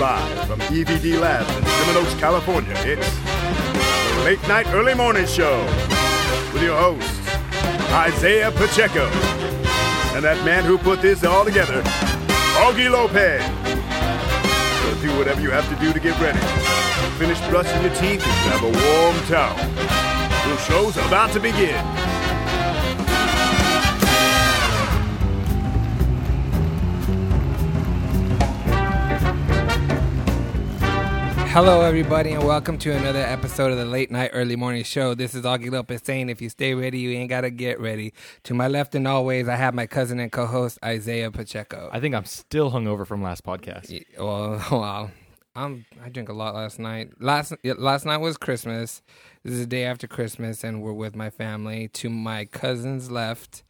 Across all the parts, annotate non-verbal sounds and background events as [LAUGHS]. Live from E EVD Labs in Sherman Oaks, California, it's the Late Night Early Morning Show with your hosts, Isaiah Pacheco, and that man who put this all together, Augie Lopez. So do whatever you have to do to get ready. Finish brushing your teeth and grab a warm towel. Your show's about to begin. Hello, everybody, and welcome to another episode of the Late Night Early Morning Show. This is Augie Lopez saying, if you stay ready, you ain't got to get ready. To my left, and always, I have my cousin and co host, Isaiah Pacheco. I think I'm still hungover from last podcast. Y- Well, [LAUGHS] wow. I'm, I drank a lot last night. Last yeah, last night was Christmas. This is the day after Christmas, and we're with my family. To my cousin's left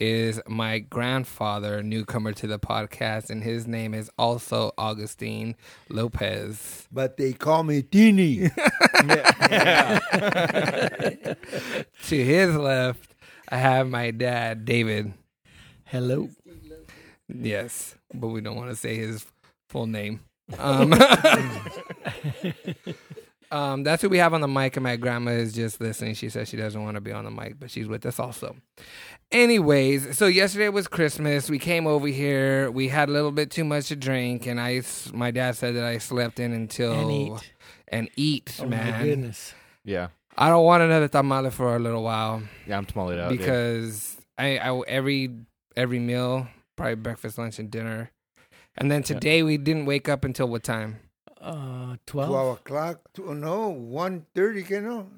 is my grandfather, newcomer to the podcast, and his name is also Augustine Lopez. but they call me Tini. To his left, I have my dad, David. Hello. Yes, but we don't want to say his full [LAUGHS] name. Um, [LAUGHS] um, that's who we have on the mic, and my grandma is just listening. She says she doesn't want to be on the mic, but she's with us also. Anyways, so yesterday was Christmas. We came over here. We had a little bit too much to drink, and I, s- my dad said that I slept in until And eat. Oh and eat, man. My goodness. Yeah. I don't want another tamale for a little while Yeah, I'm tamale out. dude. because I, I every every meal, probably breakfast, lunch, and dinner, and then today we didn't wake up until what time? Uh, 12? 12 o'clock. To, oh, no, 1.30, you know.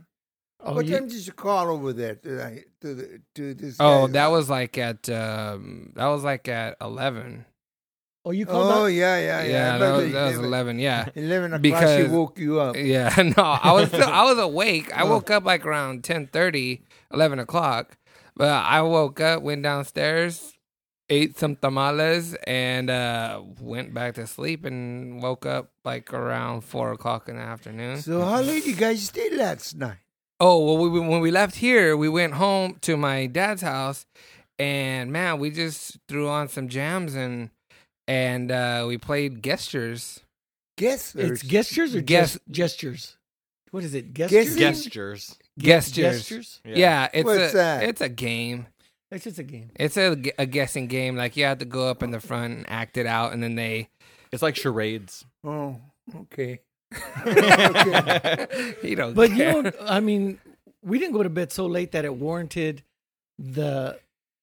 Oh, what you- time did you call over there tonight to, the, to this Oh, guy's- that was like at um, that was like at eleven. oh, you called Oh, up? yeah, Yeah, yeah, that, yeah. But was, that was 11 eleven. [LAUGHS] Yeah, [LAUGHS] 11 o'clock, she Because- woke you up. yeah. [LAUGHS] No, I [LAUGHS] was still, I was awake. Oh. I woke up like around 10:30, 11 o'clock. But I woke up, went downstairs, ate some tamales, and uh, went back to sleep. And woke up like around four o'clock in the afternoon. So how late you guys stayed last night? Oh well, we, we- when we left here, we went home to my dad's house, and man, we just threw on some jams and and uh, we played gestures. Guess It's gestures or Ges- gest- gestures? What is it? Guess- Gestures? gestures. Gestures. Gestures? Yeah, it's What's a that? it's a game. It's just a [LAUGHS] game. It's a, gu- a guessing game. Like you have to go up in the front and act it out, and then they It's like charades. Oh, okay. [LAUGHS] you know. But you don't, I mean, we didn't go to bed so late that it warranted the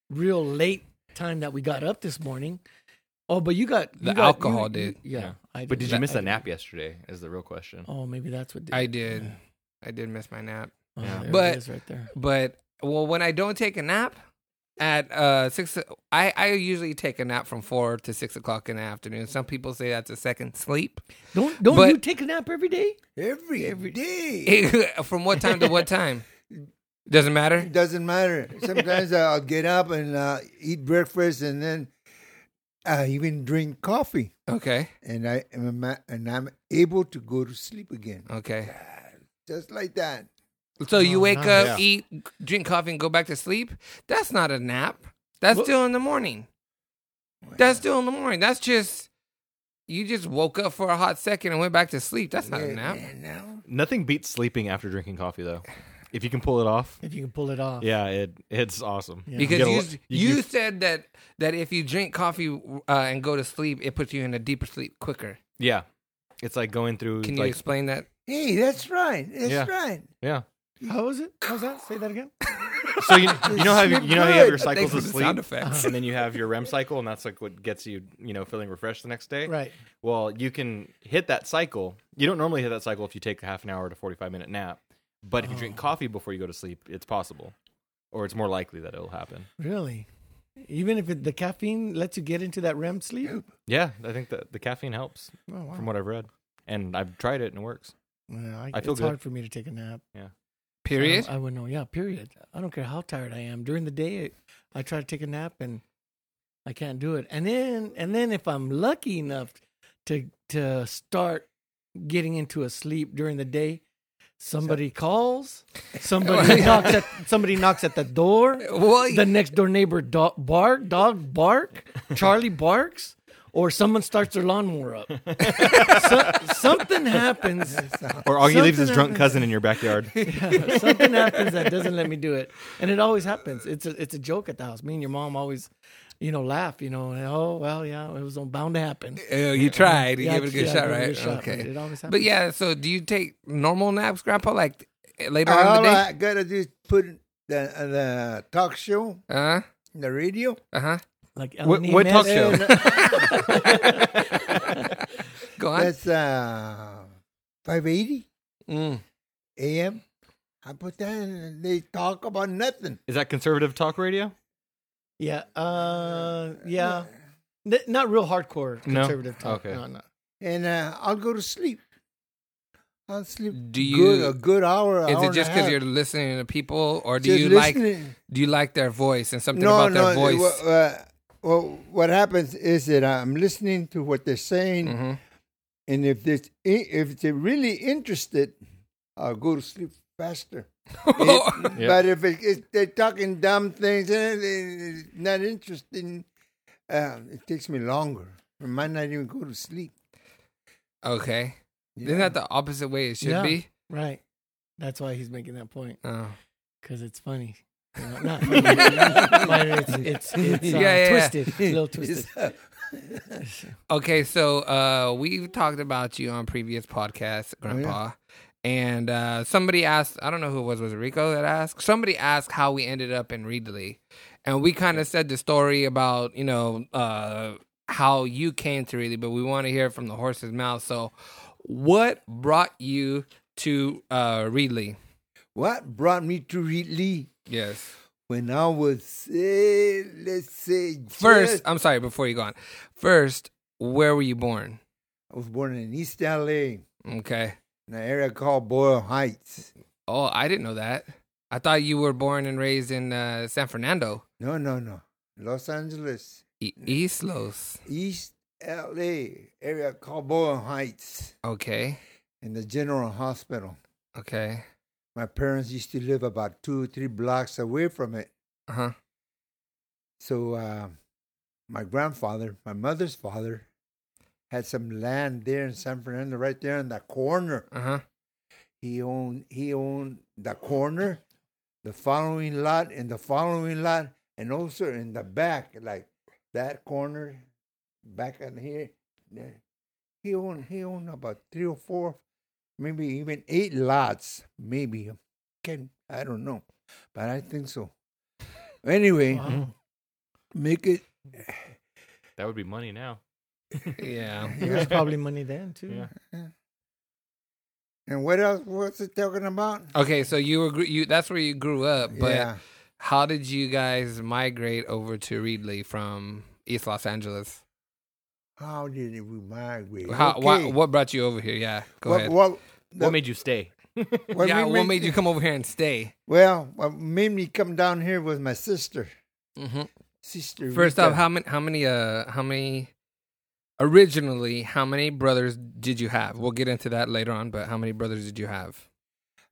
real late time that we got up this morning. Oh, but you got you The got- alcohol you- you- did. Yeah. I But did you miss I a nap yesterday? Is the real question. Oh, maybe that's what did. I did. I did miss my nap. Oh, Yeah. there it But- is right there. But well, when I don't take a nap at uh six, I I usually take a nap from four to six o'clock in the afternoon. Some people say that's a second sleep. [LAUGHS] Don't don't but- you take a nap every day? Every day. from what time to what time? Doesn't matter. It doesn't matter. Sometimes I'll get up and uh, eat breakfast and then I even drink coffee. Okay, and I am ama- and I'm able to go to sleep again, okay. just like that. So you Oh, wake nice. up, Yeah. eat, drink coffee, and go back to sleep. That's not a nap. That's Well- still in the morning. That's still in the morning. That's just you just woke up for a hot second and went back to sleep. That's not a nap. And now Nothing beats sleeping after drinking coffee, though. If you can pull it off, If you can pull it off. yeah, it it's awesome. Yeah. Because get you a lo- you, you- you- said that that if you drink coffee uh, and go to sleep, it puts you in a deeper sleep quicker. Yeah, it's like going through. Can you like, explain that? hey, that's right. That's Yeah. right. yeah. How was it? How's that? Say that again. [LAUGHS] So you, you know how you, you know how you have your Good. Thanks cycles for of the sleep, sound effects. [LAUGHS] and then you have your REM cycle, and that's like what gets you you know feeling refreshed the next day. Right. Well, you can hit that cycle. You don't normally hit that cycle if you take a half an hour to 45 minute nap. But if you drink coffee before you go to sleep, it's possible. Or it's more likely that it'll happen. Really? Even if it, the caffeine lets you get into that REM sleep? Oh, Yeah, I think that the caffeine helps wow. from what I've read. And I've tried it and it works. Yeah, I, I feel it's good. hard for me to take a nap. Period. I, don't- I wouldn't know. Yeah, period. I don't care how tired I am. During the day, I try to take a nap and I can't do it. And then, and then if I'm lucky enough to to start getting into a sleep during the day, [LAUGHS] somebody calls, somebody knocks at somebody knocks at the door. Well, the next door neighbor dog bark, dog bark, Charlie barks, or someone starts their [LAUGHS] lawnmower up. so, something happens. Or Augie leaves his Something drunk happens. cousin in your backyard. Yeah, something happens that doesn't let me do it, and it always happens. It's a it's a joke at the house. Me and your mom always, you know, laugh. You know, and, oh well, yeah, it was bound to happen. Oh, you tried. You Yeah, gave it a good yeah, I shot, gave it a right? good shot, okay. but it always but yeah, so do you take normal naps, Grandpa? Like eh, later on in All the day? I gotta do is put the uh, the talk show, Uh huh. the radio. Uh huh. Like What- Ellen what talk Jimenez. show? And, [LAUGHS] uh, Go on. that's uh, five eighty Mm. a.m. I put that, in and they talk about nothing. Is that conservative talk radio? Yeah, uh, yeah, N- not real hardcore No? conservative talk. Okay. No, no. And uh, I'll go to sleep. I'll sleep. Do you? good, a good hour? is hour it just because because you're listening to people, or do Just you like listening. do you like their voice and something no, about no. their voice? wha- uh, well, what happens is that I'm listening to what they're saying, Mhm. and if this if they're really interested, I'll go to sleep faster. It- Yep. But if it, it's they're talking dumb things and it- it's not interesting, uh, it takes me longer. I might not even go to sleep. [LAUGHS] [LAUGHS] okay. Isn't that the opposite way it should Yeah. be? Right. That's why he's making that point Oh. because it's funny. You [LAUGHS] know, Not funny. but it's it's, it's uh, Yeah, yeah, yeah. twisted. It's [LAUGHS] a little twisted. uh, Okay, so uh, we've talked about you on previous podcasts, Grandpa, and uh, somebody asked. I don't know who it was. Was it Rico that asked? Somebody asked how we ended up in Reedley, and we kind of said the story about you know uh, how you came to Reedley, but we want to hear it from the horse's mouth. So, what brought you to uh, Reedley? What brought me to read Lee Yes. when I was, eh, let's say, First, uh just- I'm sorry. Before you go on, first, where were you born? I was born in East LA, Okay. in an area called Boyle Heights. Oh, I didn't know that. I thought you were born and raised in uh, San Fernando, No, no, no. Los Angeles, e- East Los. East LA, area called Boyle Heights, Okay, in the General Hospital. okay, My parents used to live about two or three blocks away from it. uh huh, So uh, my grandfather, my mother's father, had some land there in San Fernando, right there in that corner. uh [LAUGHS] huh. He owned he owned the corner, the following lot, and the following lot, and also in the back, like that corner, back in here. there. He owned he owned about three or four, maybe even eight lots, maybe. Can I don't know, but I think so. Anyway, Wow. Mm-hmm. make it That would be money now. Yeah, There was probably money then too. Yeah. And what else was it talking about? okay. So you were gr- you. That's where you grew up. But yeah. how did you guys migrate over to Reedley from East Los Angeles? How did it we migrate? How, why, Okay. what brought you over here? Yeah, go what, ahead. what, What made you stay? what yeah, made what me- made you come over here and stay? [LAUGHS] Well, what made me come down here was my sister. hmm Sister. First Rita. off, how many? How many? Uh, how many? Originally, how many brothers did you have? We'll get into that later on. But how many brothers did you have?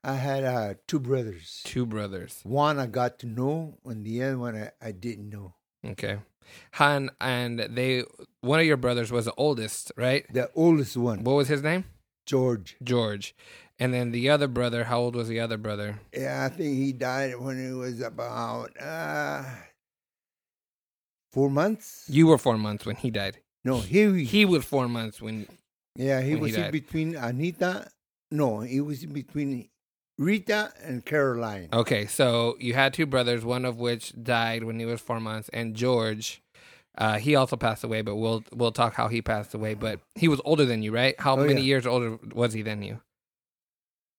I had uh, two brothers. Two brothers. One I got to know, and the other one I, I didn't know. Okay. Han and they. One of your brothers was the oldest, right? The oldest one, What was his name? George. George. And then the other brother. How old was the other brother? Yeah, I think he died when he was about uh, four months. You were four months when he died. No, he He was four months when. Yeah, he when he was in died. between Anita. No, he was in between Rita and Caroline. Okay, so you had two brothers, one of which died when he was four months, and George. Uh, he also passed away, but we'll we'll talk how he passed away. But he was older than you, right? How Oh, many yeah. years older was he than you?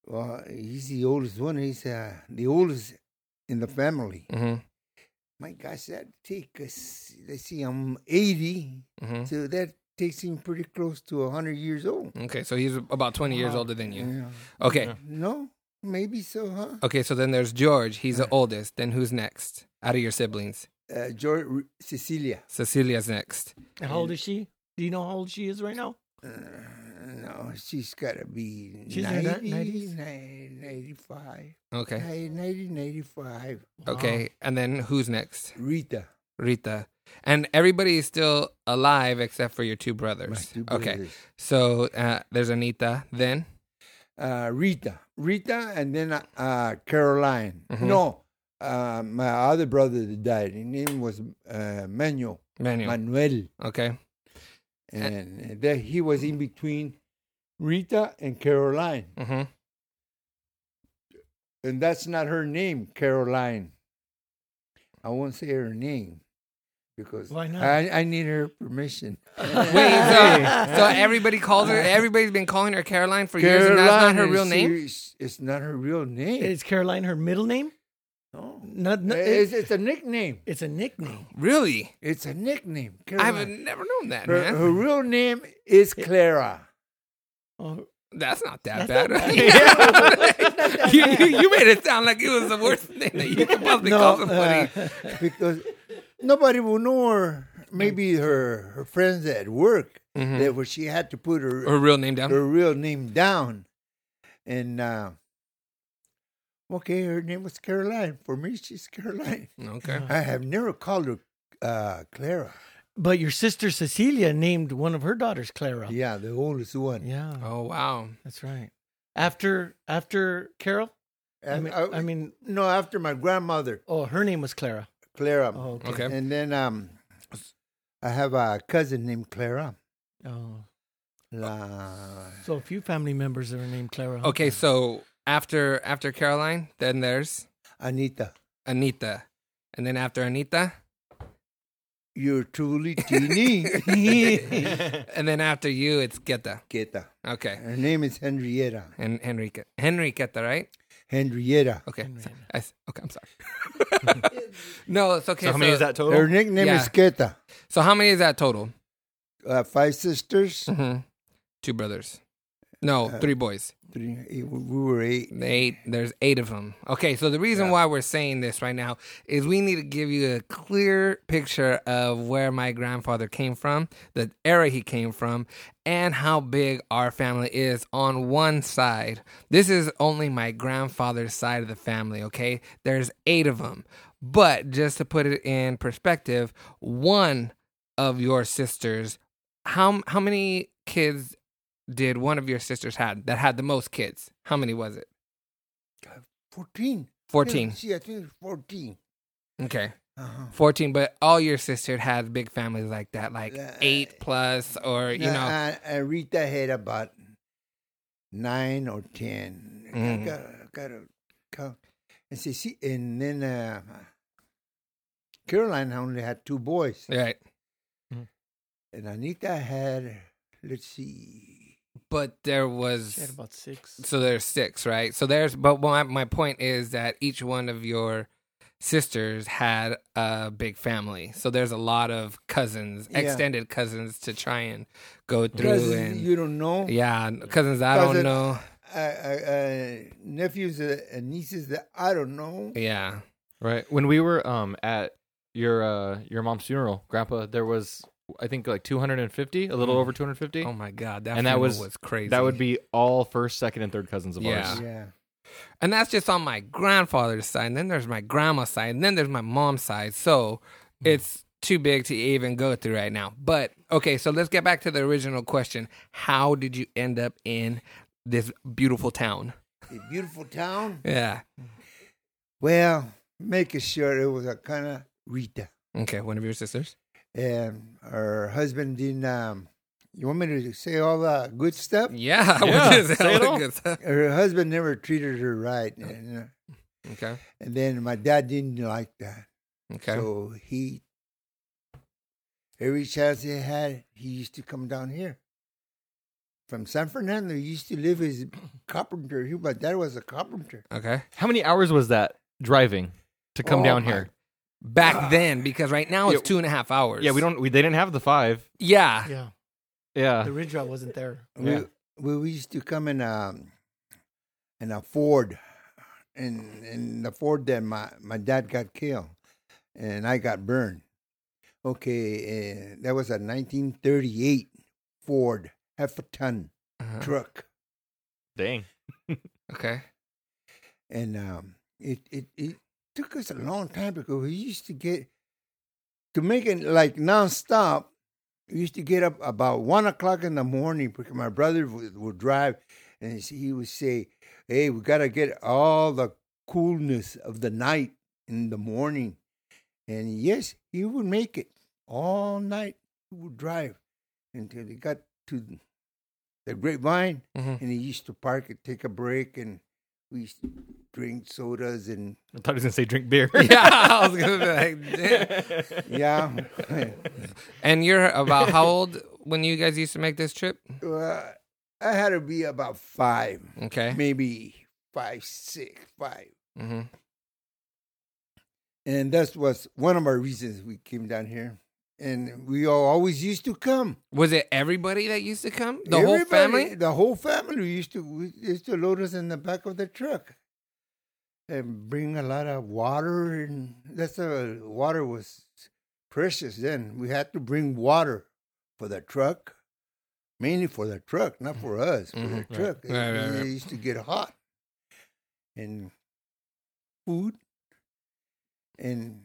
Well, he's the oldest one. He's uh, the oldest in the family. Mm-hmm. My gosh, that takes us, let's see, I'm 80. Mm-hmm. So that takes him pretty close to 100 years old. Okay, so he's about twenty years Wow. older than you. Hmm. Uh, Yeah. Okay, No, maybe so, huh? Okay, so then there's George. He's the oldest. Then who's next out of your siblings? Uh, George, Cecilia. Cecilia's next. And how old is she? Do you know how old she is right now? Uh, no, she's got to be She's in her 90, 90s? 90, 95. Okay. 90, 95. Okay. And then who's next? Rita. Rita. And everybody is still alive except for your two brothers. My two Okay. brothers. So uh, there's Anita then. Uh, Rita, Rita, and then uh, uh, Caroline. Mm-hmm. No, uh, my other brother that died. His name was uh, Manuel. Manuel. Manuel, okay. and, and then he was in between Rita and Caroline, hmm and that's not her name, Caroline. I won't say her name because Why not? I, I need her permission. Wait, so, so everybody calls her, everybody's been calling her Caroline for years, and that's not her real name? she- it's not her real name. Oh. Is Caroline her middle name? no. Not, not- it's, it's a nickname. it's a nickname. Really? It's a nickname. I've Caroline. never known that, Her, man. her real name is Clara. Oh, That's not that That's bad. [LAUGHS] not right? you, you, you made it sound like it was the worst thing that you could possibly call somebody. uh, [LAUGHS] because nobody will know her. Maybe Mm. her her friends at work Mm-hmm. that where she had to put her her real name down. her real name down, and uh, okay, her name was Caroline. For me, she's Caroline. [LAUGHS] okay. I have never called her uh, Clara. but your sister Cecilia named one of her daughters Clara. Yeah, the oldest one. Yeah, Oh wow. that's right. After after Carol, I And uh, mean, I mean, no, after my grandmother oh, her name was Clara. Clara, Oh, Okay. okay. and then um, I have a cousin named Clara. Oh, La- so a few family members that are named Clara. [LAUGHS] huh? Okay, so after after Caroline, then there's Anita. Anita, and then after Anita, You're truly teeny. [LAUGHS] [LAUGHS] and then after you, it's Geta. Henrietta. Okay, Her name is Henrietta. and Henrique Henriqueta, right? Henrietta. Okay. Henrietta. I s- okay, I'm sorry. [LAUGHS] no, it's okay. so how many is that Oh, total? Her nickname is Yeah. Keta. So how many is that total? Uh, five sisters. hmm Two brothers. No, Uh, three boys. Three, eight- we were eight. Eight. There's eight of them. Okay, so the reason why we're saying this right now is we need to give you a clear picture of where my grandfather came from, the era he came from, and how big our family is on one side. This is only my grandfather's side of the family, okay? There's eight of them. But just to put it in perspective, one of your sisters, how how many kids did one of your sisters had that had the most kids? How many was it? 14. 14. Yeah, she, I think it's 14. Okay. Uh-huh. 14, but all your sisters had big families like that, like Uh, eight plus, or, you know, Now, I, I read that head about nine or 10. Mm. I gotta, gotta count. And, see, see, and then uh, Caroline only had two boys. right. And Anita had, let's see, But there She had was, about six. so there's six, right? So there's, but my, my point is that each one of your sisters had a big family. So there's a lot of cousins, Yeah. extended cousins to try and go through. Cousins and you don't know. Yeah, cousins I don't Cousin- know. I, I, I, nephews uh, and nieces that I don't know. Yeah. Right. When we were um at your uh your mom's funeral, grandpa, there was I think like 250, a little over 250. Oh my god, that And that funeral was- was crazy. that would be all first, second and third cousins of Yeah. ours. Yeah. And that's just on my grandfather's side. And then there's my grandma's side. And then there's my mom's side. So Hmm. it's too big to even go through right now. But okay, so let's get back to the original question. How did you end up in this beautiful town? A beautiful town. Yeah. Well, making sure it was a kind of Rita. Okay, one of your sisters? And her husband didn't. Um, you want me to say all the good stuff? Yeah. [LAUGHS] Yeah, which is say it hella all. good stuff. Her husband never treated her right. Oh. And, uh, Okay. and then my dad didn't like that. Okay. So he, every chance he had, he used to come down here. From San Fernando, he used to live as a carpenter. He, my dad was a carpenter. okay. How many hours was that driving to come Oh down my here? Back then, because right now it's uh, Yeah. two and a half hours. Yeah, we don't we, they didn't have the 5. Yeah. Yeah, Yeah. [LAUGHS] the ridge route wasn't there. Yeah. We, we used to come in a, in a Ford, and in the Ford that my, my dad got killed, and I got burned. Okay, uh, that was a 1938 Ford half a ton Uh-huh. truck. Dang. [LAUGHS] Okay. [LAUGHS] and um, it, it it took us a long time because we used to get to make it like nonstop, I used to get up about one o'clock in the morning because my brother would, would drive, and he would say, "Hey, we gotta get all the coolness of the night in the morning," and yes, he would make it all night. He would drive until he got to the Grapevine, Mhm. and he used to park and take a break, and we used to drink sodas and I thought he was gonna say drink beer. [LAUGHS] Yeah, I was gonna be like, [LAUGHS] "Damn." yeah. [LAUGHS] and you're about how old when you guys used to make this trip? Well, I had to be about five, Okay. maybe five, six, five. hmm And that was one of our reasons we came down here. And we all always used to come. Was it everybody that used to come? The whole Everybody- family? The whole family used to we used to load us in the back of the truck and bring a lot of water. And that's uh, water was precious then. We had to bring water for the truck, mainly for the truck, not for us. For the Mhm. truck, Right, right, It- right. it used to get hot and food and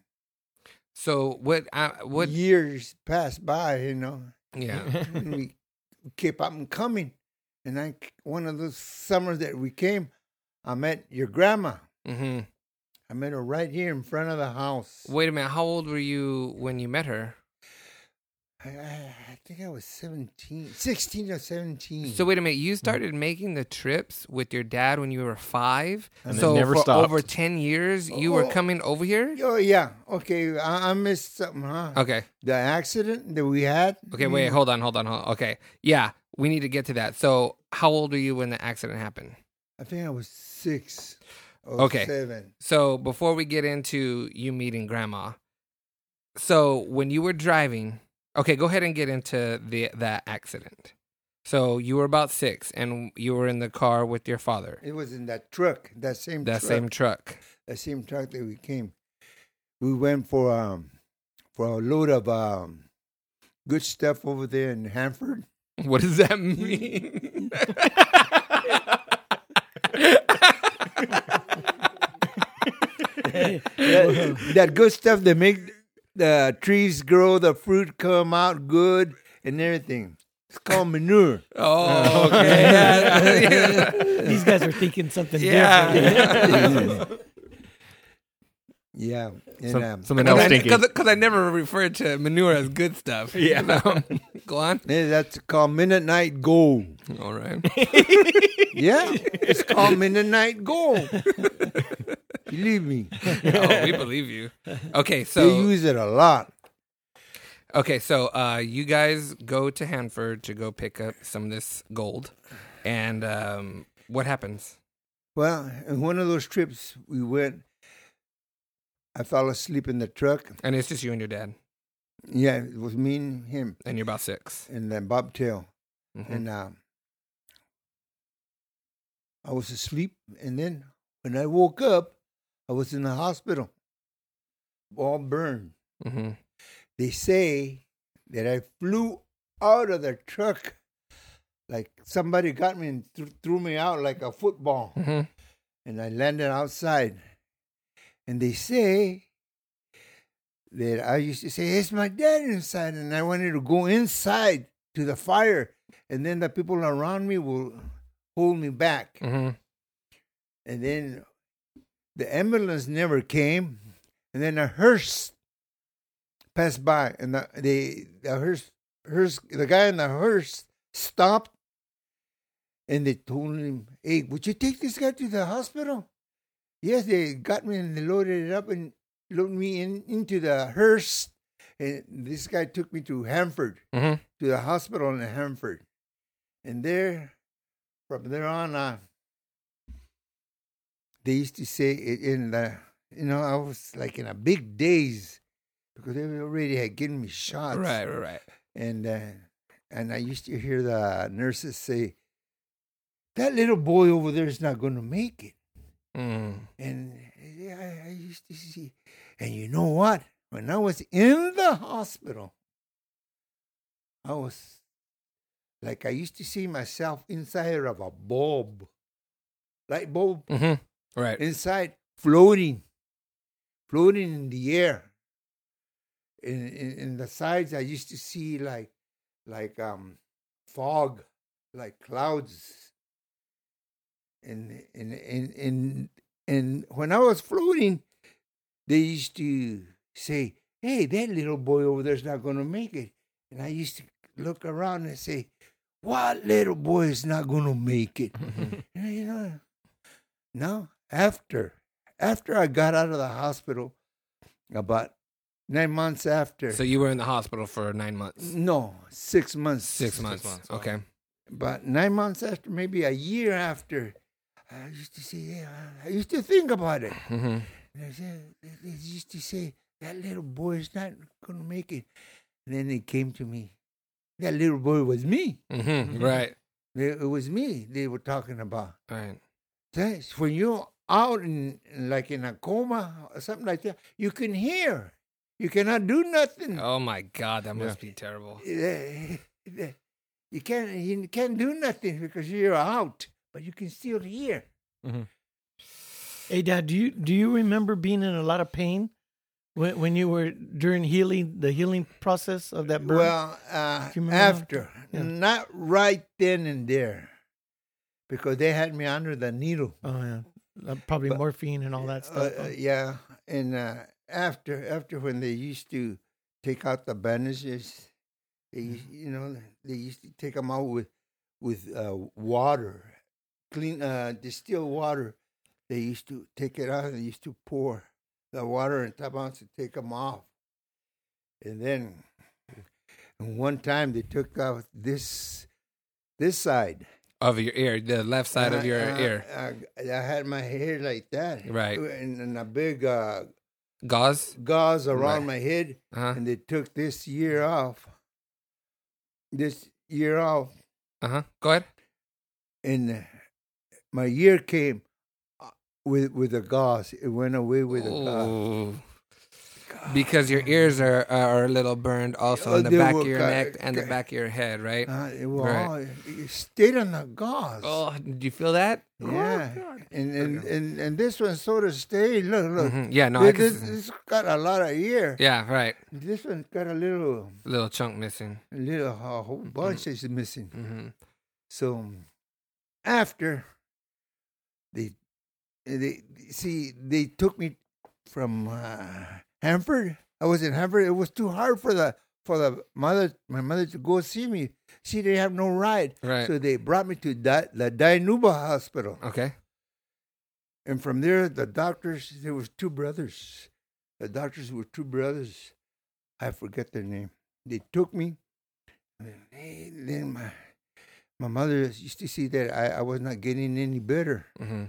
So what? I, what? years passed by. You know. [LAUGHS] Yeah. and we kept on coming. And I, one of those summers that we came, I met your grandma. hmm I met her right here in front of the house. Wait a minute. How old were you when you met her? I, I, I think I was 17, 16 or 17. So wait a minute. Mm. You started making the trips with your dad when you were five. And it so never for stopped. over ten years, you were Oh. coming over here. oh, yeah. Okay. I, I missed something, huh? Okay. The accident that we had. Okay. Wait. Mm, Hold on. Hold on. Hold. On. Okay. Yeah. We need to get to that. So how old were you when the accident happened? I think I was six or Okay. seven. So before we get into you meeting grandma, so when you were driving, okay, go ahead and get into the that accident. So you were about six, and you were in the car with your father. It was in that truck, that same That truck. same truck. [LAUGHS] the same truck that we came. We went for um for a load of um good stuff over there in [LAUGHS] Hanford. [LAUGHS] What does that [LAUGHS] mean? That, that good stuff that make the trees grow, the fruit come out good, and everything. It's [LAUGHS] called manure. [LAUGHS] oh, okay. [LAUGHS] Yeah. These guys are thinking something [LAUGHS] different. yeah. Yeah, and Some- um, something else stinky. Because I never referred to manure as good stuff. Yeah. [LAUGHS] So, go on. yeah, that's called midnight gold. [LAUGHS] All right. Yeah, [LAUGHS] it's called midnight gold. Believe me, [LAUGHS] [LAUGHS] oh, we believe you. Okay, they so use it a lot. okay, so uh, you guys go to Hanford to go pick up some of this gold, and um, what happens? Well, in one of those trips we went, I fell asleep in the truck. And it's just you and your dad, Yeah, it was me and him and you're about 6 and then Bobtail. Mhm. And um, I was asleep. And then when I woke up, I was in the hospital, all burned. Mhm. They say that I flew out of the truck like somebody got me and th- threw me out like a football. Mhm. And I landed outside. And they say that I used to say, It's my dad inside. And I wanted to go inside to the fire. And then the people around me will hold me back. Mhm. And then the ambulance never came. And then a hearse passed by. And the, they, the hearse, hearse, the guy in the hearse stopped. And they told him, Hey, would you take this guy to the hospital? Yes, they got me and they loaded it up and loaded me in into the hearse. And this guy took me to Hanford, Mhm. to the hospital in Hanford. And there, from there on, uh, they used to say it in the, you know, I was like in a big daze because they already had given me shots. Right, right, right. And, uh, and I used to hear the nurses say, that little boy over there is not going to make it. Mm. And yeah, I, I used to see, and you know what? When I was in the hospital, I was like I used to see myself inside of a bulb, light bulb Mhm. Right. inside, floating, floating in the air. in, in in the sides I used to see like like um fog, like clouds. And and and and and when I was floating, they used to say, "Hey, that little boy over there's not going to make it." And I used to look around and say, "What little boy is not going to [LAUGHS] make it?" And, you know. No, after after I got out of the hospital, about nine months after. So you were in the hospital for nine months. no, six months. Six months. uh-huh. wow. Okay. But nine months after, maybe a year after, I used to say, yeah, I used to think about it. hmm And I said, they they used to say, that little boy is not going to make it. And then it came to me. That little boy was me. hmm Right. It it was me they were talking about. Right. That's when you're out in like in a coma or something like that, you can hear. You cannot do nothing. Oh my God, that must be terrible. Eh, eh, [LAUGHS] You can't you can't do nothing because you're out, but you can still hear. Hey, Dad, do you do you remember being in a lot of pain when when you were during healing the healing process of that birth? Well, uh, Do you remember after, that? Yeah. not right then and there, because they had me under the needle. oh yeah, Uh, probably But- morphine and all that Uh, stuff. uh, yeah, and uh, after after when they used to take out the bandages, they Mm-hmm. used, you know they used to take them out with with uh, water, clean uh, distilled water. They used to take it out and they used to pour the water on top of it to take them off, and then and one time they took out this this side Of your ear, the left side of I- your I- ear. I, I had my hair like that, Right. and, and a big. Uh, Gauze. gauze around Right. my head, Uh huh. and they took this year off. This year off, Uh huh. Go ahead. and uh, my year came uh, with with the gauze. It went away with the gauze. Ooh. Because your ears are are a little burned, also Oh, in the they back were of your cut- neck and the cut- back of your head, right? Uh, it, was Right. all, it stayed on the gauze. Oh, do you feel that? yeah, and and, and and this one sort of stayed. Look, look. Mhm. Yeah, no, I This, can. this, this got a lot of ear. yeah, right. This one got a little, Little chunk missing. little a whole bunch is missing. hmm So um, after they, they see they took me from uh, Hanford. I was in Hanford. It was too hard for the for the mother my mother to go see me. She didn't have no ride, Right. so they brought me to Di- the Dianuba Hospital, Okay. and from there the doctors there was two brothers. The doctors were two brothers. I forget their name. They took me. and they- Then my my mother used to see that I, I was not getting any better. hmm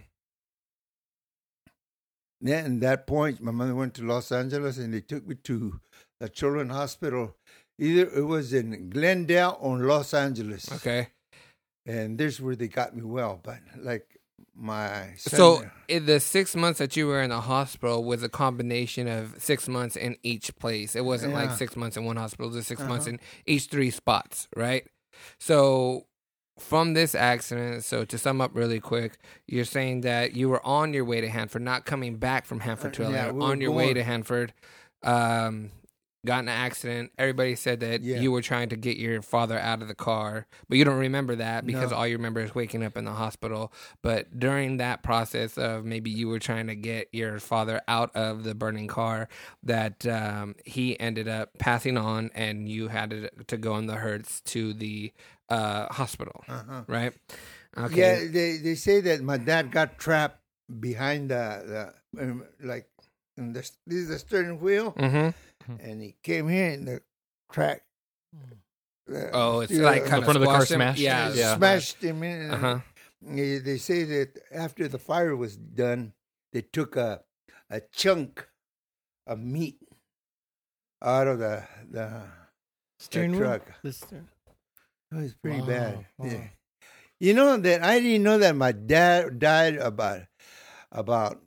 Then at that point, my mother went to Los Angeles and they took me to a children's hospital. Either it was in Glendale or Los Angeles. Okay. And this is where they got me well. But like my son, So in the six months that you were in the hospital was a combination of six months in each place. It wasn't like Yeah. six months in one hospital, just 6 months Uh-huh. in each three spots, right? So from this accident, so to sum up really quick, you're saying that you were on your way to Hanford, not coming back from Hanford to Uh, LA, yeah, we were on your way going- to Hanford. Um, got in an accident. Everybody said that Yeah. you were trying to get your father out of the car, but you don't remember that because No. all you remember is waking up in the hospital. But during that process of maybe you were trying to get your father out of the burning car, that um, he ended up passing on, and you had to, to go in the hertz to the uh, hospital, Uh-huh. right? Yeah, they, they say that my dad got trapped behind the, the um, like, in the, this is the steering wheel. hmm And he came here and the crack. uh, Oh, it's yeah, like kind front of the car squashed him. smashed? Yeah, Yeah. smashed him in. Uh huh. Yeah, They say that after the fire was done, they took a a chunk of meat out of the the, the Steering wheel? truck. The steer- It was Oh, pretty Wow, bad. wow. Yeah. You know that I didn't know that my dad died about about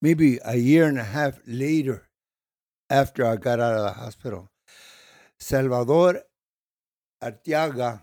maybe a year and a half later after I got out of the hospital. Salvador Arteaga,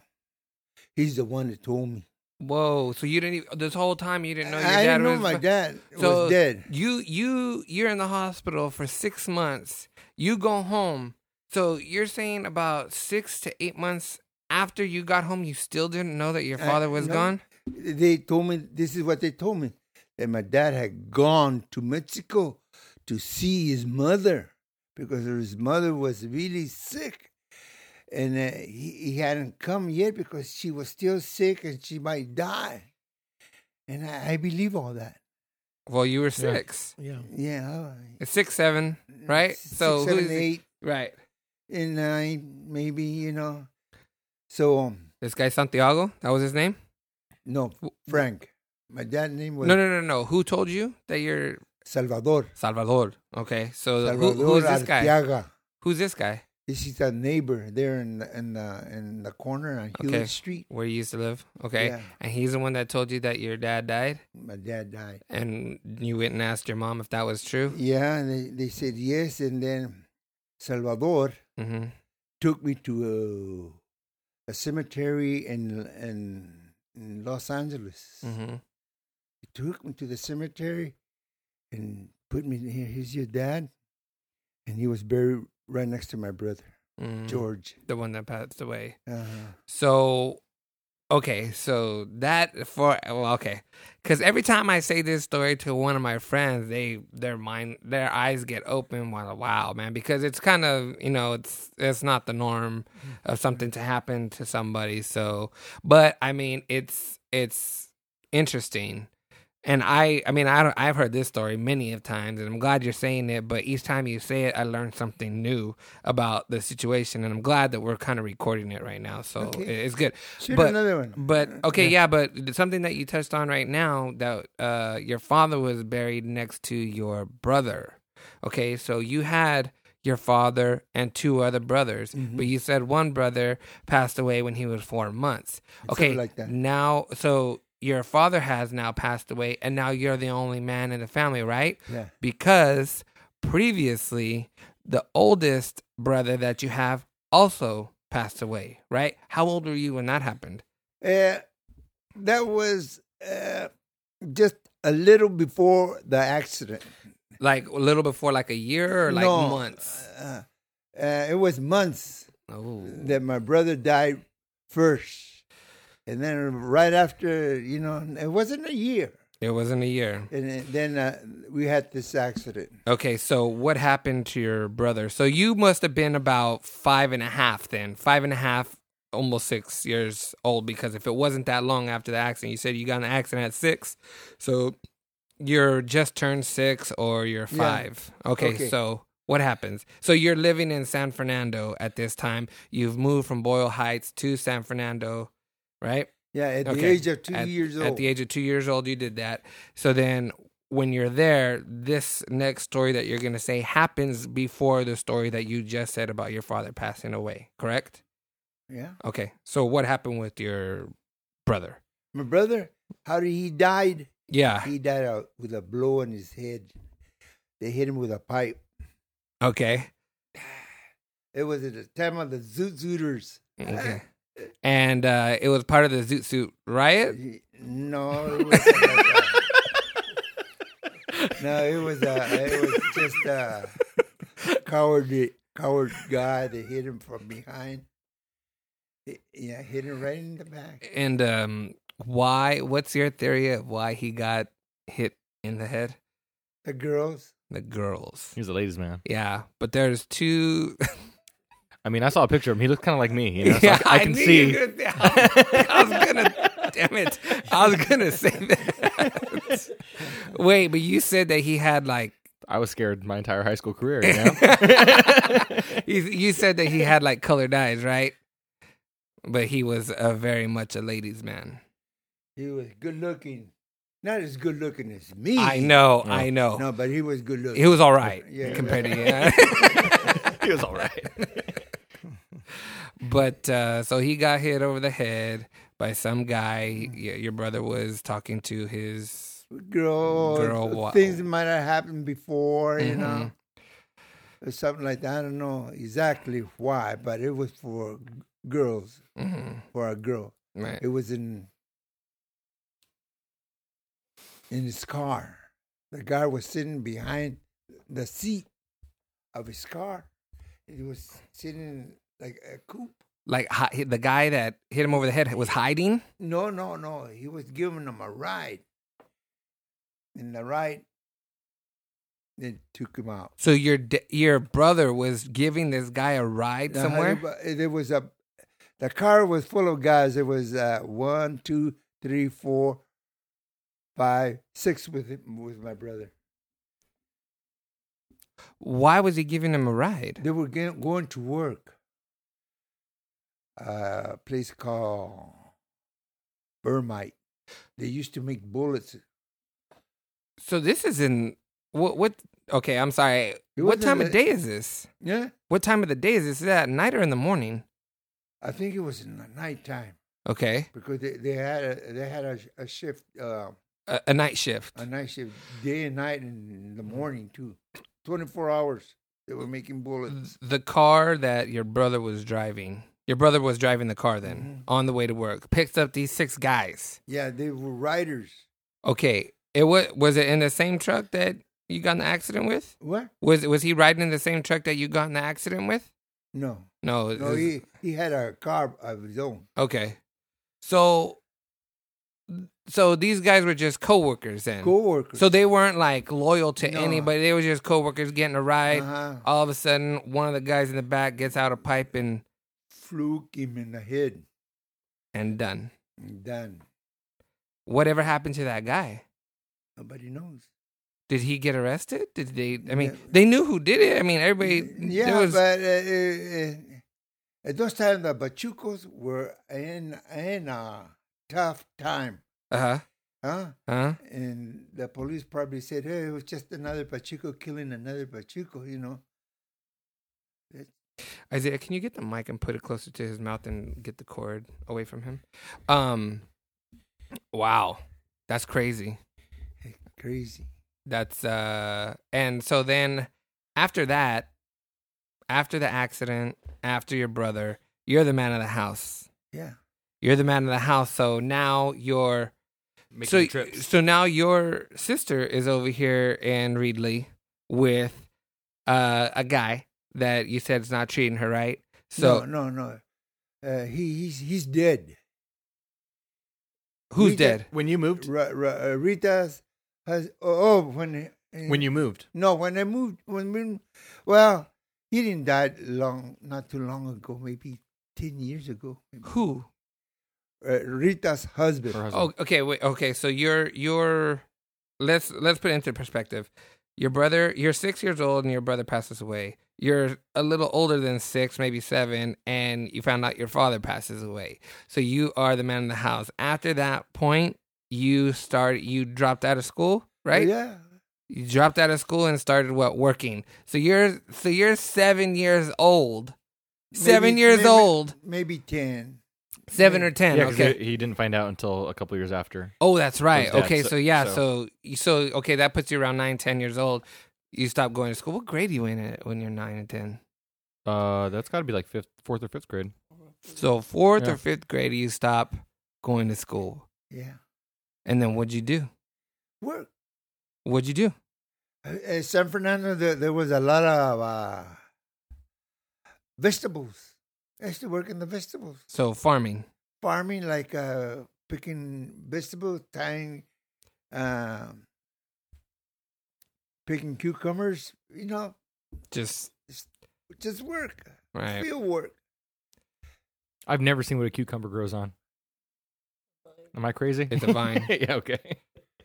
he's the one that told me. Whoa! So you didn't even, this whole time you didn't know your I dad didn't know was my dad so was dead. You you you're in the hospital for six months. You go home. So you're saying about six to eight months after you got home, you still didn't know that your I- father was no. gone. They told me this is what they told me that my dad had gone to Mexico to see his mother because his mother was really sick, and uh, he, he hadn't come yet because she was still sick and she might die. And I, I believe all that. Well, you were six, Yeah. Yeah, I- six, seven, right? six, so seven, who's eight right? and nine, maybe you know. So um, This guy Santiago, that was his name. no, Frank. My dad's name was no, no, no, no. Who told you that you're Salvador. Salvador? Okay, so Salvador who, who's this guy? Arteaga. Who's this guy? This is a neighbor there in the, in the in the corner on Hewlett Okay. Street. Where you used to live? Okay, Yeah. and he's the one that told you that your dad died, My dad died. and you went and asked your mom if that was true. Yeah, and they, they said yes, and then Salvador hmm took me to a, a cemetery in in, in Los Angeles. hmm He took me to the cemetery and put me in here. Here's your dad, and he was buried right next to my brother Mm, George. the one that passed away. Uh, So, okay, so that for well, okay, because every time I say this story to one of my friends, they their mind their eyes get open. Wow, wow, man, because it's kind of you know it's it's not the norm of something to happen to somebody. So, but I mean, it's it's interesting. And I, I mean, I don't, I've heard this story many of times, and I'm glad you're saying it. But each time you say it, I learn something new about the situation, and I'm glad that we're kind of recording it right now, so Okay. it- it's good. shoot But- another one. But okay, yeah. but something that you touched on right now that uh, your father was buried next to your brother. Okay, so you had your father and two other brothers, Mm-hmm. but you said one brother passed away when he was four months. Okay, like that. now so. Your father has now passed away, and now you're the only man in the family, right? Yeah. Because previously, the oldest brother that you have also passed away, right? How old were you when that happened? Uh, that was uh, just a little before the accident. Like a little before, like a year or like No, months? Uh, uh, it was months Oh, that my brother died first. And then right after, you know, it wasn't a year. it wasn't a year. And then- then uh, we had this accident. Okay, so what happened to your brother? So you must have been about five and a half then, five and a half, almost six years old, because if it wasn't that long after the accident, you said you got in an accident at six. So you're just turned six or you're Yeah. five. Okay, Okay. so what happens? So you're living in San Fernando at this time. You've moved from Boyle Heights to San Fernando, right? Yeah, at the Okay. age of two at, years old. At the age of two years old, you did that. So then, when you're there, this next story that you're going to say happens before the story that you just said about your father passing away, correct? yeah. Okay. So, what happened with your brother? My brother, how did he died? Yeah. He died out with a blow on his head. They hit him with a pipe. Okay. It was at the time of the Zoot Zooters. Okay. And uh, it was part of the Zoot Suit riot. No, it was like that. no, it was uh, it was just a coward coward guy that hit him from behind. Hit- Yeah, hit him right in the back. And um, why? What's your theory of why he got hit in the head? The girls, The girls. He's a ladies' man. Yeah, but there's two [LAUGHS] I mean, I saw a picture of him. He looked kind of like me. You know, so Yeah, I, I can knew see. you were gonna- [LAUGHS] I was gonna. damn it! I was gonna say that. [LAUGHS] Wait, but you said that he had like. [LAUGHS] [LAUGHS] I was scared my entire high school career. You know? [LAUGHS] You, you said that he had like colored eyes, right? But he was a very much a ladies' man. he was good looking. Not as good looking as me. I know, I know. No, but he was good looking. He was all right Yeah. compared to you. he was all right. [LAUGHS] [LAUGHS] but uh, so he got hit over the head by some Mm. guy. Y- Your brother was talking to his girl, Girl, wow. uh, things might have happened before, you know, Mhm. Mm-hmm. or something like that. I don't know exactly why, but it was for g- girls, Mhm. for a girl. right. It was in in his car. The guy was sitting behind the seat of his car. He was sitting like a coupe. Like hi- the guy that hit him over the head was hiding. No, no, no. He was giving them a ride. And the ride, they took him out. So your d- your brother was giving this guy a ride Now, somewhere. everybo- There was a, the car was full of guys. There was uh, one, two, three, four, five, six with him, with my brother. Why was he giving him a ride? They were ge- going to work. Uh, a place called Burmite. They used to make bullets. So this is in what? What? Okay, I'm sorry. It What wasn't time a- of day is this? Yeah, What time of the day is this? Is that at night or in the morning? I think it was in the nighttime Okay, because they, they had a, they had a, a shift, uh, a, a night shift. a night shift, day and night, and in the morning too. Twenty four hours. They were making bullets. The car that your brother was driving. Your brother was driving the car then Mm-hmm. on the way to work. Picks up these six guys. Yeah, they were riders. Okay, it was was it in the same truck that you got in the accident with? What? Was was he riding in the same truck that you got in the accident with? No, No. it no. was- He he had a car of his own. Okay. So so these guys were just coworkers then. Co-workers. So they weren't like loyal to No. anybody. They were just coworkers getting a ride. uh-huh. All of a sudden, one of the guys in the back gets out a pipe and fluke him in the head. and done. And done. Whatever happened to that guy? Nobody knows. Did he get arrested? Did they? I mean, Yeah. they knew who did it. I mean, everybody. yeah, there was- but uh, uh, uh, at those times the Bachucos were in in a tough time, uh-huh, huh? huh? And the police probably said, "Hey, it was just another Pachuco killing another Pachuco," you know. [LAUGHS] Isaiah, can you get the mic and put it closer to his mouth and get the cord away from him? Um, wow, that's crazy. Crazy. That's uh and so then after that after the accident, after your brother, you're the man of the house. Yeah. You're the man of the house, so now your Making so trips. so now your sister is over here in Reedley with uh a guy that you said is not treating her right. So no, no, no. Uh, he he's he's dead. who's we dead? get- When you moved, Ra- Ra- uh, Rita's has oh, oh when when you moved, No, when I moved, when we, well, he didn't die long, not too long ago, maybe ten years ago. maybe. Who? Uh, Rita's husband. her husband. Oh, okay, wait, okay. So you're you're let's let's put it into perspective. Your brother, you're six years old, and your brother passes away. You're a little older than six, maybe seven, and you found out your father passes away. So you are the man in the house. After that point, you start you dropped out of school, right? Oh, Yeah, You dropped out of school and started what working. So you're so you're seven years old, seven Maybe- years maybe- old, maybe ten. seven or ten. yeah, 'cause okay, he, he didn't find out until a couple years after. Oh, that's right. dead, Okay, so- so, yeah, so- so. so okay, that puts you around nine, ten years old. You stop going to school. What grade are you in at when you're nine and ten? Uh, that's got to be like fifth, fourth or fifth grade. So fourth Yeah. or fifth grade, you stop going to school, Yeah, and then what'd you do? work. What'd you do? Uh, uh, San Fernando, there, there was a lot of uh, vegetables. I used to work in the vegetables, So farming. farming, like uh, picking vegetables, tying, um, picking cucumbers. You know, Just just work, right. field work. I've never seen what a cucumber grows on. Am I crazy? It's a vine. [LAUGHS] yeah, okay.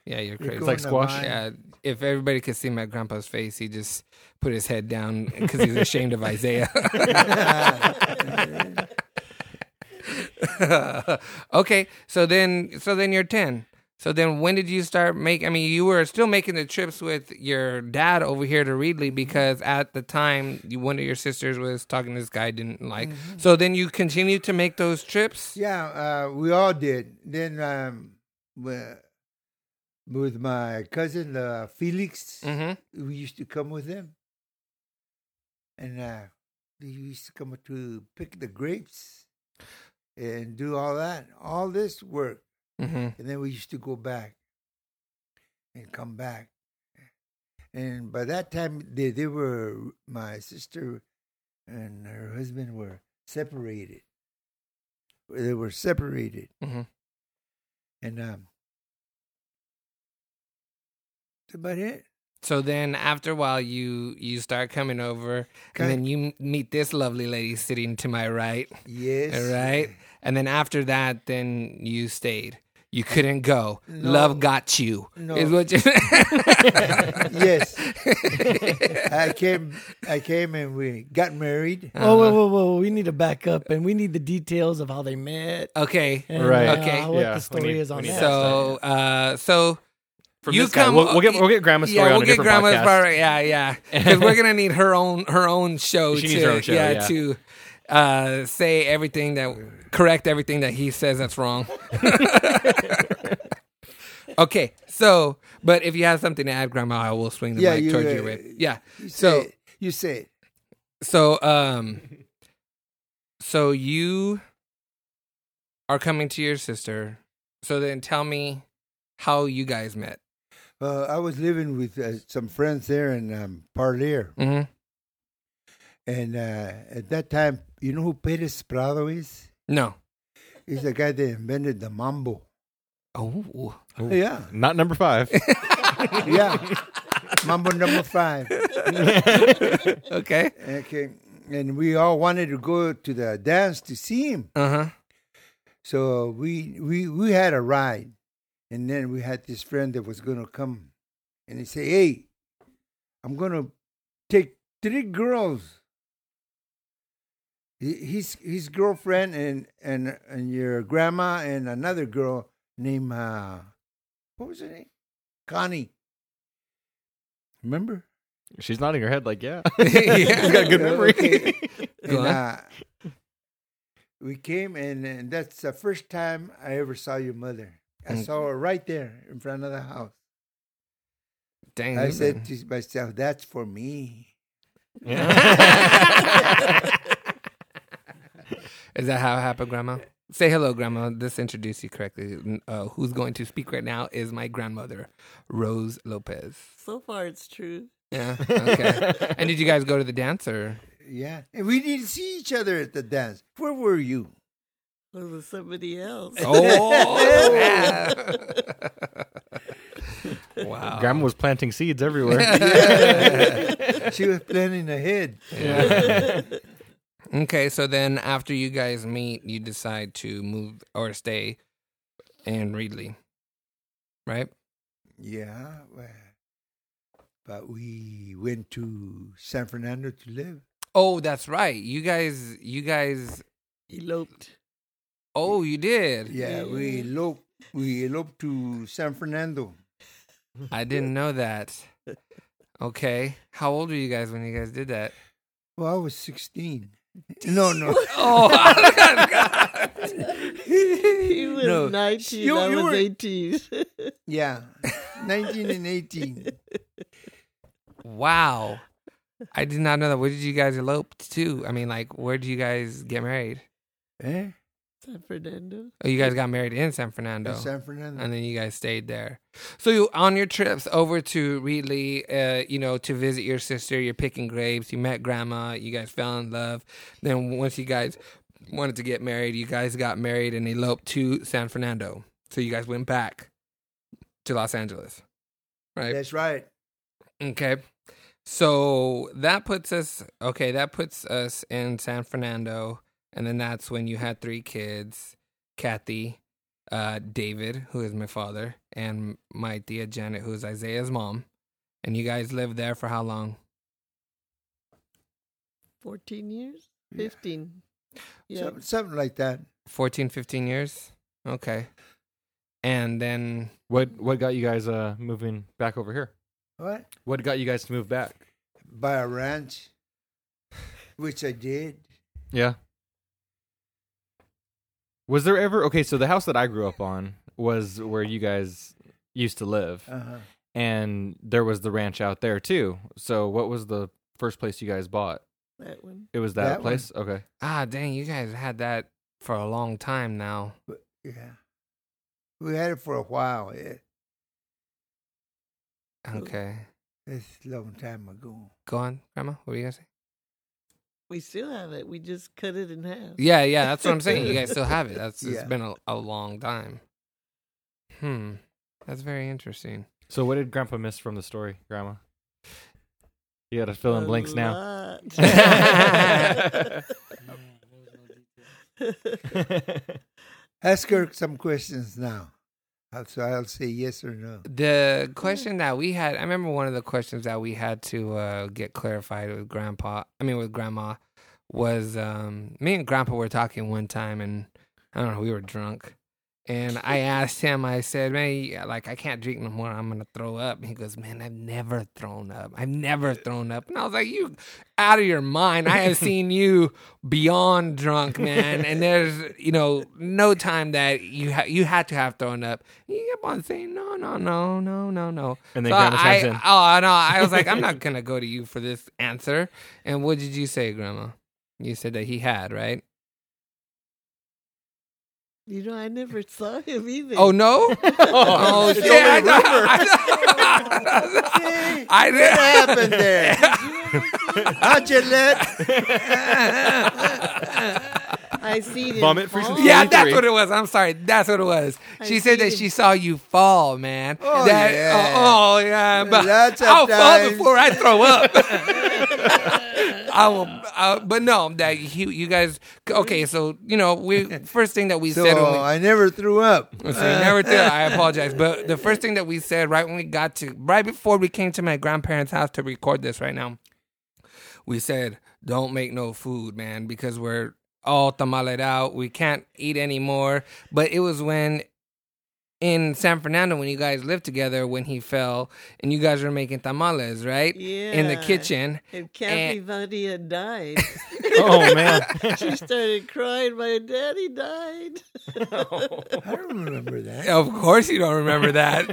Yeah, you're You're crazy. going It's like to squash. mine. yeah, if everybody could see my grandpa's face, he just put his head down because he's ashamed of Isaiah. [LAUGHS] okay, so then so then you're 10. So then when did you start make I mean you were still making the trips with your dad over here to Reedley because at the time you, one of your sisters was talking to this guy I didn't like. So then you continued to make those trips? Yeah, uh, we all did. Then um, we- with my cousin uh, Felix, Mhm. we used to come with him, and uh, we used to come to pick the grapes and do all that, all this work, Mhm. and then we used to go back. and come back. And by that time, they, they were, my sister and her husband were separated. They were separated. Mhm. And um, that's about it. So then after a while you you start coming over and then you m- meet this lovely lady sitting to my right, Yes. right? And then after that then you stayed. You couldn't go. No. Love got you. No. Is what you [LAUGHS] [LAUGHS] yes. I came. I came and we got married. Uh-huh. Oh, whoa, whoa, whoa! We need to back up, and we need the details of how they met. Okay. And, Right. uh, Okay. What Yeah, the we story need- is we on need that. So uh so From you this guy. come We'll, we'll get we'll get grandma's story yeah, on we'll a get different grandma's podcast. part. Yeah, yeah. [LAUGHS] Because we're gonna need her own her own show She to needs her own show, yeah, yeah. to uh, say everything that correct everything that he says that's [LAUGHS] wrong. [LAUGHS] okay, so but if you have something to add, Grandma, I will swing the Yeah, mic you, towards uh, you with yeah. You So- say it. you say it. So um, so you are coming to your sister. So then tell me how you guys met. Uh, I was living with uh, some friends there in um, Parlier, Mm-hmm. and uh, at that time, you know who Perez Prado is? No. He's the guy that invented the mambo. Oh. Yeah, Not [LAUGHS] number five. [LAUGHS] yeah, mambo number five. Okay. Okay, and we all wanted to go to the dance to see him. Uh huh. So we we we had a ride, and then we had this friend that was gonna come, and he said, "Hey, I'm gonna take three girls. Hi- His his girlfriend and and and your grandma and another girl named uh, what was her name? Connie. [LAUGHS] Remember? She's nodding her head like, yeah. [LAUGHS] Yeah. She's got [LAUGHS] good memory. [LAUGHS] Okay. Go on. and, uh, we came, and, and that's the first time I ever saw your mother. I Mm. saw her right there in front of the house. Dang. I you've said been- to myself, "That's for me." [LAUGHS] Is that how it happened, Grandma? Say hello, Grandma. Let's introduce you correctly. Uh, who's going to speak right now is my grandmother, Rose Lopez. So far, it's true. Yeah. [LAUGHS] Okay. [LAUGHS] and did you guys go to the dance or? Yeah, and we didn't see each other at the dance. Where were you? Was it [LAUGHS] somebody else? Oh. yeah. [LAUGHS] wow. Grandma was planting seeds [LAUGHS] everywhere. [LAUGHS] she was planning ahead. Okay. So then, after you guys meet, you decide to move or stay in Reedley, right? Yeah, well, but we went to San Fernando to live. Oh, that's right. You guys, you guys Eloped. Oh, you did? Yeah, we eloped. We eloped to San Fernando. I didn't know that. Okay. How old were you guys when you guys did that? Well, I was sixteen. No, no. [LAUGHS] Oh, [LAUGHS] He was No. 19. You- I you was were- [LAUGHS] 18. Yeah, 19 and 18. wow. I did not know that. Where did you guys elope to? I mean, like, where did you guys get married? Eh? San Fernando. Oh, you guys got married in San Fernando. In San Fernando. and then you guys stayed there. So you on your trips over to Reedley, uh, you know, to visit your sister. You're picking grapes. You met grandma. You guys fell in love. Then once you guys wanted to get married, you guys got married and eloped to San Fernando. So you guys went back to Los Angeles, right? That's right. Okay. So that puts us okay, that puts us in San Fernando and then that's when you had three kids, Kathy, uh David, who is my father, and my tia Janet, who is Isaiah's mom. And you guys lived there for how long? 14 years? 15. Yeah. Some- something like that. 14, 15 years? Okay. And then what what got you guys uh, moving back over here? What? What got you guys to move back? Buy a ranch, which I did. Yeah. Was there ever okay? So the house that I grew up on was where you guys used to live, Uh-huh. and there was the ranch out there too. So what was the first place you guys bought? That one. It was That that, one. place. Okay. ah dang, you guys had that for a long time now. But, yeah. We had it for a while. Yeah. Okay. It's a long time ago. Go on, Grandma. What were you gonna say? We still have it. We just cut it in [LAUGHS] half. Yeah, yeah. That's what I'm saying. You guys still have it. That's Yeah. it's been a, a long time. Hmm. That's very interesting. So what did Grandpa miss from the story, Grandma? You got to fill in A blanks now. [LAUGHS] lot. [LAUGHS] Ask her some questions now. I'll- So I'll say yes or [LAUGHS] no. The question that we had, I remember one of the questions that we had to uh, get clarified with Grandpa. I mean, with Grandma, was um, me and Grandpa were talking one time, and I don't know, we were drunk, and I asked him. I said, "Man, like I can't drink no more. I'm gonna throw up." And he goes, "Man, I've never thrown up. I've never thrown up." And I was like, "You out of your mind? I have seen you beyond drunk, man. And there's you know no time that you ha- you had to have thrown up. You kept on saying no, no, no, no, no, no. And then so Grandma I, chimes in. Oh no, I was [LAUGHS] like, I'm not gonna go to you for this answer. And what did you say, Grandma? You said that he had, right? you know, I never saw him either. Oh no! oh shit! I thought- [LAUGHS] I, thought- See? I did. What happened there? How'd you [LAUGHS] let? I seen him. Vomit freezes fall. the Yeah, Only that's three. what it was. I'm sorry. That's what it was. I She said see that it. she saw you fall, man. Oh, That- yeah. Oh, oh, yeah. But Lots of I'll fall times. before I throw [LAUGHS] up. [LAUGHS] I will. Uh, but no, that you, you guys. Okay, so you know, [LAUGHS] we first thing that we So uh, said when we, I never threw [LAUGHS] up. so you never did. I apologize. But the first thing that we said right when we got to, right before we came to my grandparents' house to record this right now, we said, don't make no food, man, because we're all tamaled out. We can't eat anymore. But it was when in San Fernando, when you guys lived together, when he fell and you guys were making tamales, right? In the Yeah. kitchen. And And- Kathy Bunny had died. oh man. she started crying. My [LAUGHS] daddy died. I don't remember that. Of course, you don't remember that.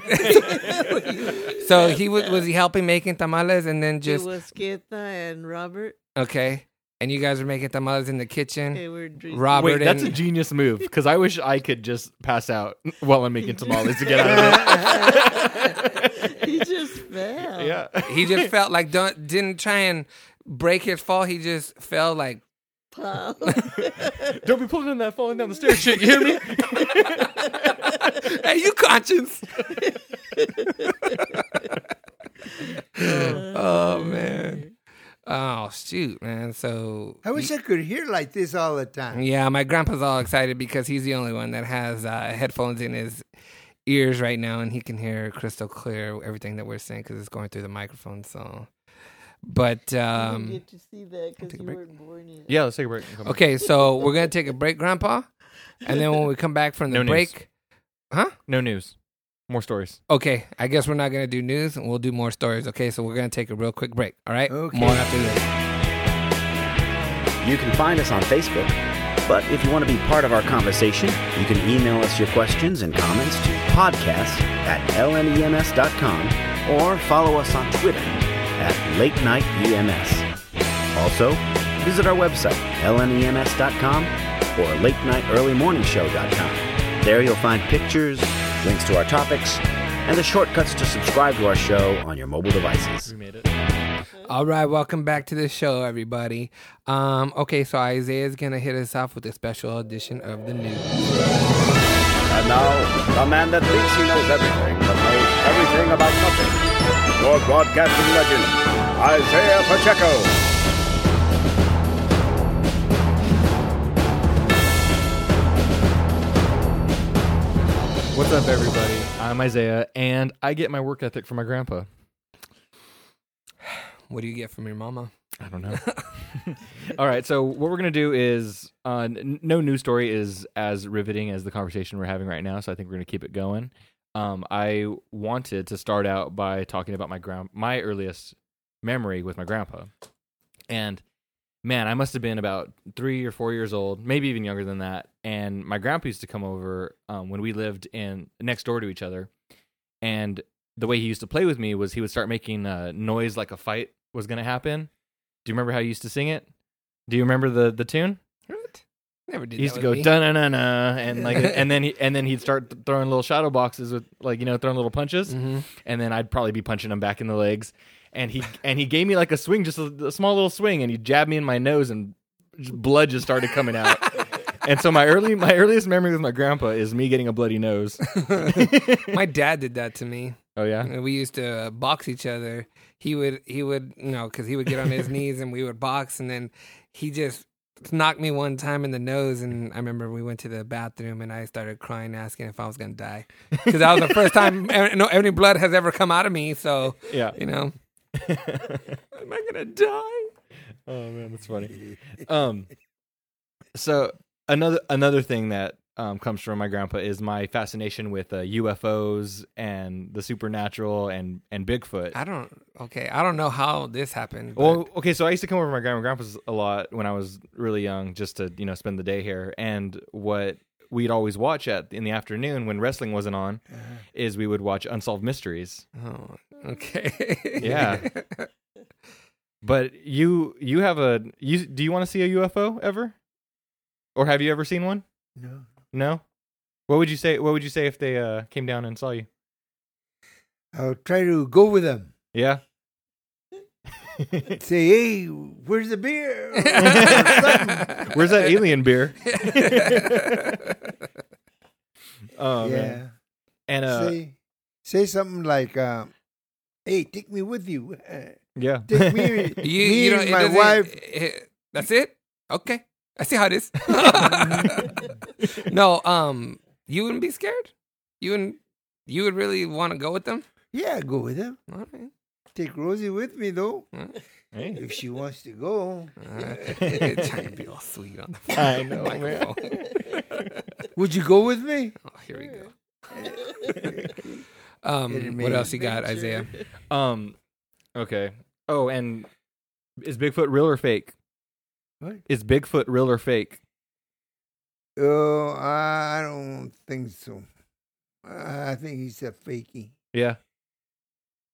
[LAUGHS] so he was was he helping making tamales and then It just was Ketha and Robert. Okay. And you guys are making tamales in the kitchen. They were drinking. Robert [LAUGHS] Wait, that's a and genius move because I wish I could just pass out [LAUGHS] while I'm making tamales to get out of it. [LAUGHS] he just fell. yeah. he just felt like don't, didn't try and break his fall. He just fell like [LAUGHS] Pop. Don't be pulling on that falling down the stairs shit. You hear me? Hey, you conscience. oh man. Oh shoot, man. So I wish I could hear like this all the time. Yeah, my grandpa's all excited because he's the only one that has uh, headphones in his ears right now, and he can hear crystal clear everything that we're saying because it's going through the microphone. So, but I didn't um, get to see that because take a you break. weren't born yet. Yeah, let's take a break. and come back. okay, so we're gonna take a break, Grandpa, and then when we come back from the No news. break, No news. More stories. okay, I guess we're not gonna do news, and we'll do more stories. Okay, so we're gonna take a real quick break. All right, Okay. more after this. You can find us on Facebook, but if you want to be part of our conversation, you can email us your questions and comments to podcast at E lnems.com or follow us on Twitter at Late Night EMS. Also, visit our website, E lnems.com or latenightearlymorningshow.com. There you'll find pictures, links to our topics, and the shortcuts to subscribe to our show on your mobile devices. made it. All right, welcome back to the show, everybody. Um, okay, so Isaiah's gonna hit us off with a special edition of the news. And now, the man that thinks he knows everything, but knows everything about nothing. Your broadcasting legend, Isaiah Pacheco. What's up, everybody? I'm Isaiah, and I get my work ethic from my grandpa. What do you get from your mama? I don't know. All right, so what we're gonna do is uh, n- no news story is as riveting as the conversation we're having right now, so I think we're gonna keep it going. Um, I wanted to start out by talking about my grand my earliest memory with my grandpa, and man, I must have been about three or four years old, maybe even younger than that. And my grandpa used to come over um, when we lived in next door to each other, and the way he used to play with me was he would start making uh, noise like a fight was gonna happen. Do you remember how you used to sing it? Do you remember the the tune? What? Never did. He used that to with go me. da na na na, and [LAUGHS] like, and then he and then he'd start th- throwing little shadow boxes with like you know throwing little punches, Mm-hmm. and then I'd probably be punching him back in the legs, and he and he gave me like a swing, just a, a small little swing, and he jabbed me in my nose, and just blood just started [LAUGHS] coming out. And so my early my earliest memory with my grandpa is me getting a bloody nose. [LAUGHS] My dad did that to me. Oh yeah, And we used to uh, box each other. He would he would you know because he would get on [LAUGHS] his knees and we would box, and then he just knocked me one time in the nose. And I remember we went to the bathroom and I started crying, asking if I was gonna die because that was the first [LAUGHS] time eh, no any blood has ever come out of me. So yeah. [LAUGHS] you know, am I gonna die? Oh man, that's funny. Um, so another another thing that um, comes from my grandpa is my fascination with uh, UFOs and the supernatural and and Bigfoot. I don't. Okay, I don't know how this happened. but- Well, okay, so I used to come over to my grandma and grandpa's a lot when I was really young, just to you know spend the day here. And what we'd always watch at in the afternoon when wrestling wasn't on, is we would watch Unsolved Mysteries. oh, okay. [LAUGHS] Yeah. But you you have a you do you want to see a UFO ever, or have you ever seen one? No. No. What would you say? What would you say if they uh, came down and saw you? I'll try to go with them. Yeah. Say, hey, where's the [LAUGHS] beer? Oh, Where's that alien [LAUGHS] beer? [LAUGHS] yeah. oh man. And uh, say, say something like, uh, hey, take me with you. [LAUGHS] Uh, yeah. [LAUGHS] [LAUGHS] Take me, You, me you don't, and it my doesn't- wife. it- that's it. Okay, I see how it [LAUGHS] is. [LAUGHS] no, um, you wouldn't be scared. You wouldn't. You would really want to go with them. Yeah, go with them. All right. Take Rosie with me, though, Hey. if she wants to go. [LAUGHS] Uh, trying to be all sweet on the I know, man. [LAUGHS] microphone. Would you go with [LAUGHS] me? Oh, here we go. Um, It'd what be else you got, [LAUGHS] Isaiah? Um. Okay. Oh, and is Bigfoot real or fake? What? Is Bigfoot real or fake? Oh, I don't think so. I think he's a fakey. Yeah.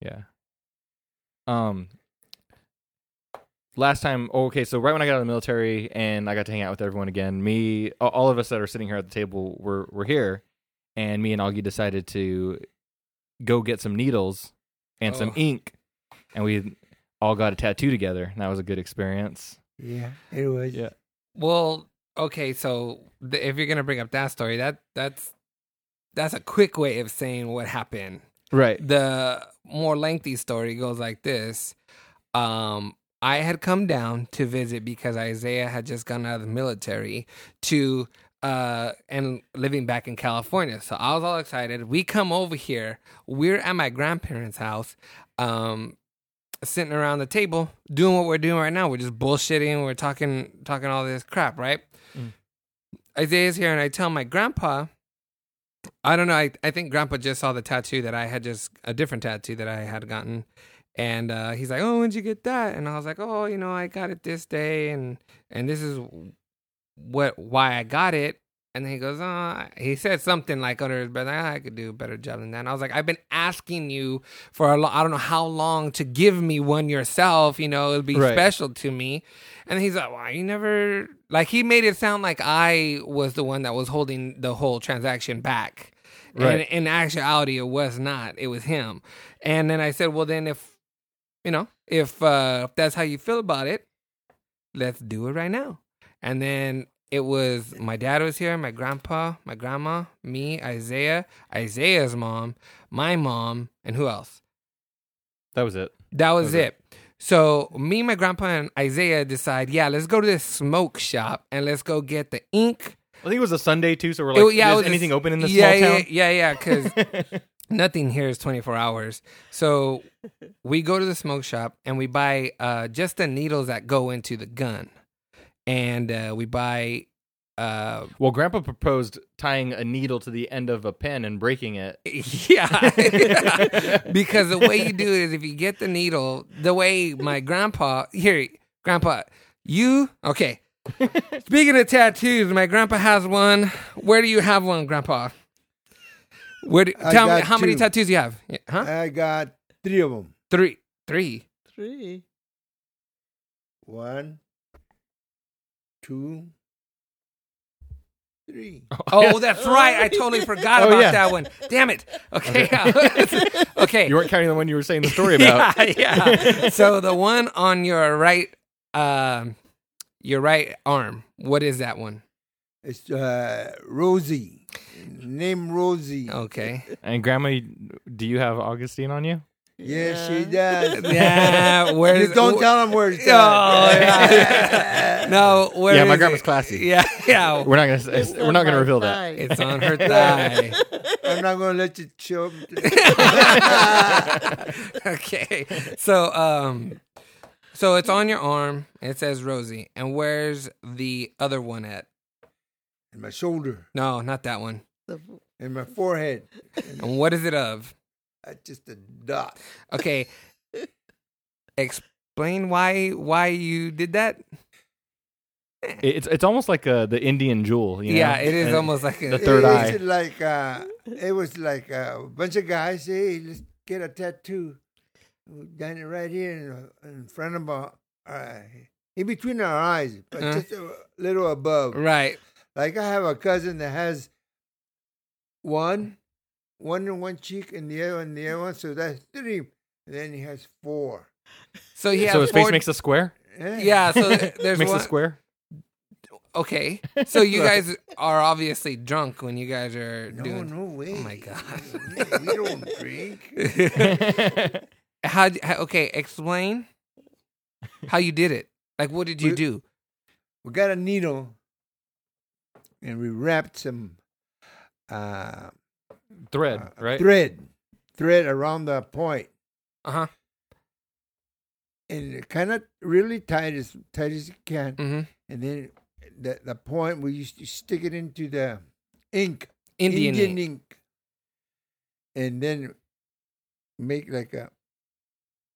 Yeah. Um last time oh, okay, so right when I got out of the military and I got to hang out with everyone again, me a- all of us that are sitting here at the table were were here and me and Augie decided to go get some needles and some Oh. ink and we all got a tattoo together. And that was a good experience. Yeah, it was. Yeah. Well, okay, so th- if you're gonna bring up that story, that that's that's a quick way of saying what happened. Right. The more lengthy story goes like this: um, I had come down to visit because Isaiah had just gotten out of the military to uh and living back in California. So I was all excited. We come over here. We're at my grandparents' house. Um, sitting around the table doing what we're doing right now. We're just bullshitting. We're talking talking all this crap, right? Isaiah's here, and I tell my grandpa. I don't know. I, I think grandpa just saw the tattoo that I had just a different tattoo that I had gotten. And uh, he's like, "Oh, when'd you get that?" And I was like, "Oh, you know, I got it this day, and and this is what why I got it." And then he goes, "Ah," he said something like under his breath, "Ah, "I could do a better job than that." And I was like, "I've been asking you for a lo- I don't know how long to give me one yourself. You know, it'd be Right. special to me." And he's like, "Why you never like?" He made it sound like I was the one that was holding the whole transaction back. And Right. in actuality, it was not. It was him. And then I said, well, then if, you know, if uh, if that's how you feel about it, let's do it right now. And then it was my dad was here, my grandpa, my grandma, me, Isaiah, Isaiah's mom, my mom, and who else? That was it. That was Okay. it. So me, my grandpa, and Isaiah decide, yeah, let's go to this smoke shop and let's go get the ink. I think it was a Sunday too, so we're It- like, yeah, it is was a- anything open in this yeah, small yeah, town? Yeah, yeah, because [LAUGHS] nothing here is 24 hours. So we go to the smoke shop and we buy uh, just the needles that go into the gun. And uh, we buy, uh, Well, Grandpa proposed tying a needle to the end of a pen and breaking it. yeah. [LAUGHS] because the way you do it is if you get the needle, the way my grandpa, here, grandpa, you, okay. Speaking of tattoos, my grandpa has one. Where do you have one, grandpa? Where do, I tell me got how many two. tattoos you have? Yeah, Huh? I got three of them. Three. Three. Three. One, two, three. [LAUGHS] Oh, that's right. I totally forgot Oh, about yeah. that one. Damn it. Okay. [LAUGHS] okay. You weren't counting the one you were saying the story about. [LAUGHS] Yeah, yeah. so the one on your right, um, your right arm. What is that one? It's uh, Rosie. Name Rosie. Okay. And Grandma, do you have Augustine on you? Yes, [LAUGHS] she does. Yeah. Where is You don't tell them where it's [LAUGHS] Oh, yeah. at. No. Where? yeah, my is grandma's it? classy. Yeah. Yeah. We're not gonna. s- It's we're not on gonna my reveal that. thigh. It's on her thigh. [LAUGHS] [LAUGHS] I'm not gonna let you show. 'em to- okay. So um so it's on your arm and it says Rosie. And where's the other one at? in my shoulder, No, not that one. The- in my forehead. And what is it of? That's just a dot. Okay. Explain why why you did that? It- It's it's almost like uh, the Indian jewel. You know? Yeah, it is And- almost like a the third it, eye. It's like uh, it was like uh, a bunch of guys. Hey, let's get a tattoo. We Done it right here in, in front of our, uh, in between our eyes, but Uh. just a little [LAUGHS] above. Right. Like I have a cousin that has one, one in one cheek, and the other in the other one. So that's three. And then he has four. Eh? So he has so his face four- makes a square. [LAUGHS] [LAUGHS] Yeah, [LAUGHS] so th- there's makes one a square. Okay. So [LAUGHS] you guys are obviously drunk when you guys are No, doing [LAUGHS] no way. Oh my God. [LAUGHS] we don't [LAUGHS] drink. How, how okay, explain how you did it. Like what did you We- do? we got a needle and we wrapped some uh, Thread, right? thread thread around the point Uh-huh. and kind of really tight as tight as you can Mhm. and then the, the point we used to stick it into the ink Indian, ink. ink and then make like a